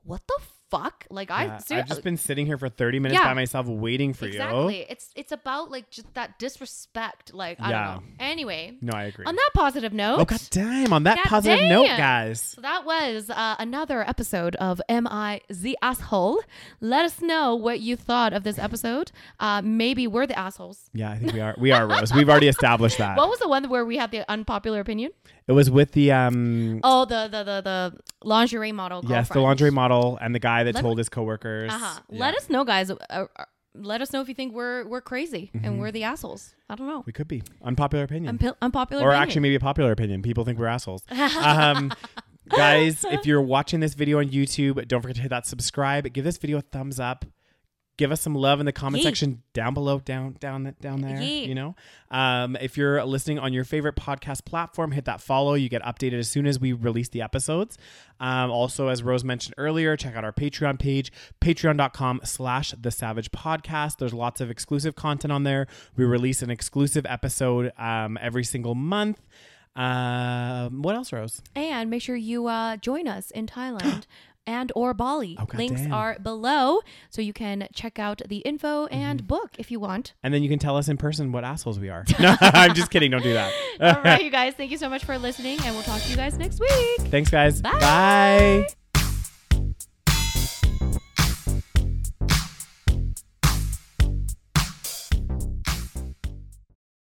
Speaker 1: what the fuck? Like
Speaker 2: yeah.
Speaker 1: I
Speaker 2: I've
Speaker 1: seriously.
Speaker 2: just been sitting here for 30 minutes
Speaker 1: Yeah.
Speaker 2: by myself waiting for
Speaker 1: Exactly.
Speaker 2: you.
Speaker 1: It's it's about like just that disrespect. Like I
Speaker 2: Yeah.
Speaker 1: don't know. Anyway,
Speaker 2: No, I agree.
Speaker 1: on that positive note,
Speaker 2: oh, god damn. On that
Speaker 1: God
Speaker 2: positive note,
Speaker 1: damn.
Speaker 2: guys.
Speaker 1: so that was uh, another episode of Am I the Asshole? Let us know what you thought of this episode. Uh, maybe we're the assholes.
Speaker 2: Yeah, I think we are. We are Rose. We've already established that.
Speaker 1: What was the one where we had the unpopular opinion?
Speaker 2: it was with the um
Speaker 1: Oh, the the the, the lingerie model.
Speaker 2: yes, the
Speaker 1: girlfriend.
Speaker 2: laundry model and the guy that
Speaker 1: Let-
Speaker 2: told his coworkers.
Speaker 1: Uh-huh.
Speaker 2: Yeah.
Speaker 1: Let us know, guys. Uh, uh, let us know if you think we're we're crazy and we're the assholes. I don't know.
Speaker 2: Mm-hmm. We could be unpopular opinion,
Speaker 1: Unpo- unpopular.
Speaker 2: or
Speaker 1: opinion.
Speaker 2: actually maybe a popular opinion. People think we're assholes. um, guys, if you're watching this video on YouTube, don't forget to hit that subscribe. Give this video a thumbs up. Give us some love in the comment
Speaker 1: Yeet.
Speaker 2: section down below, down, down, down there.
Speaker 1: Yeet.
Speaker 2: You know, um, if you're listening on your favorite podcast platform, hit that follow. You get updated as soon as we release the episodes. Um, also, as Rose mentioned earlier, check out our Patreon page, Patreon.com/slash The Savage Podcast. There's lots of exclusive content on there. We release an exclusive episode um, every single month. Um, what else, Rose?
Speaker 1: and make sure you uh, join us in Thailand and or Bali.
Speaker 2: Oh, God
Speaker 1: Links
Speaker 2: damn.
Speaker 1: are below, so you can check out the info and
Speaker 2: Mm-hmm.
Speaker 1: book if you want.
Speaker 2: And then you can tell us in person what assholes we are. No, I'm just kidding. Don't do that.
Speaker 1: All right, you guys, thank you so much for listening, and we'll talk to you guys next week.
Speaker 2: Thanks, guys.
Speaker 1: Bye.
Speaker 2: Bye.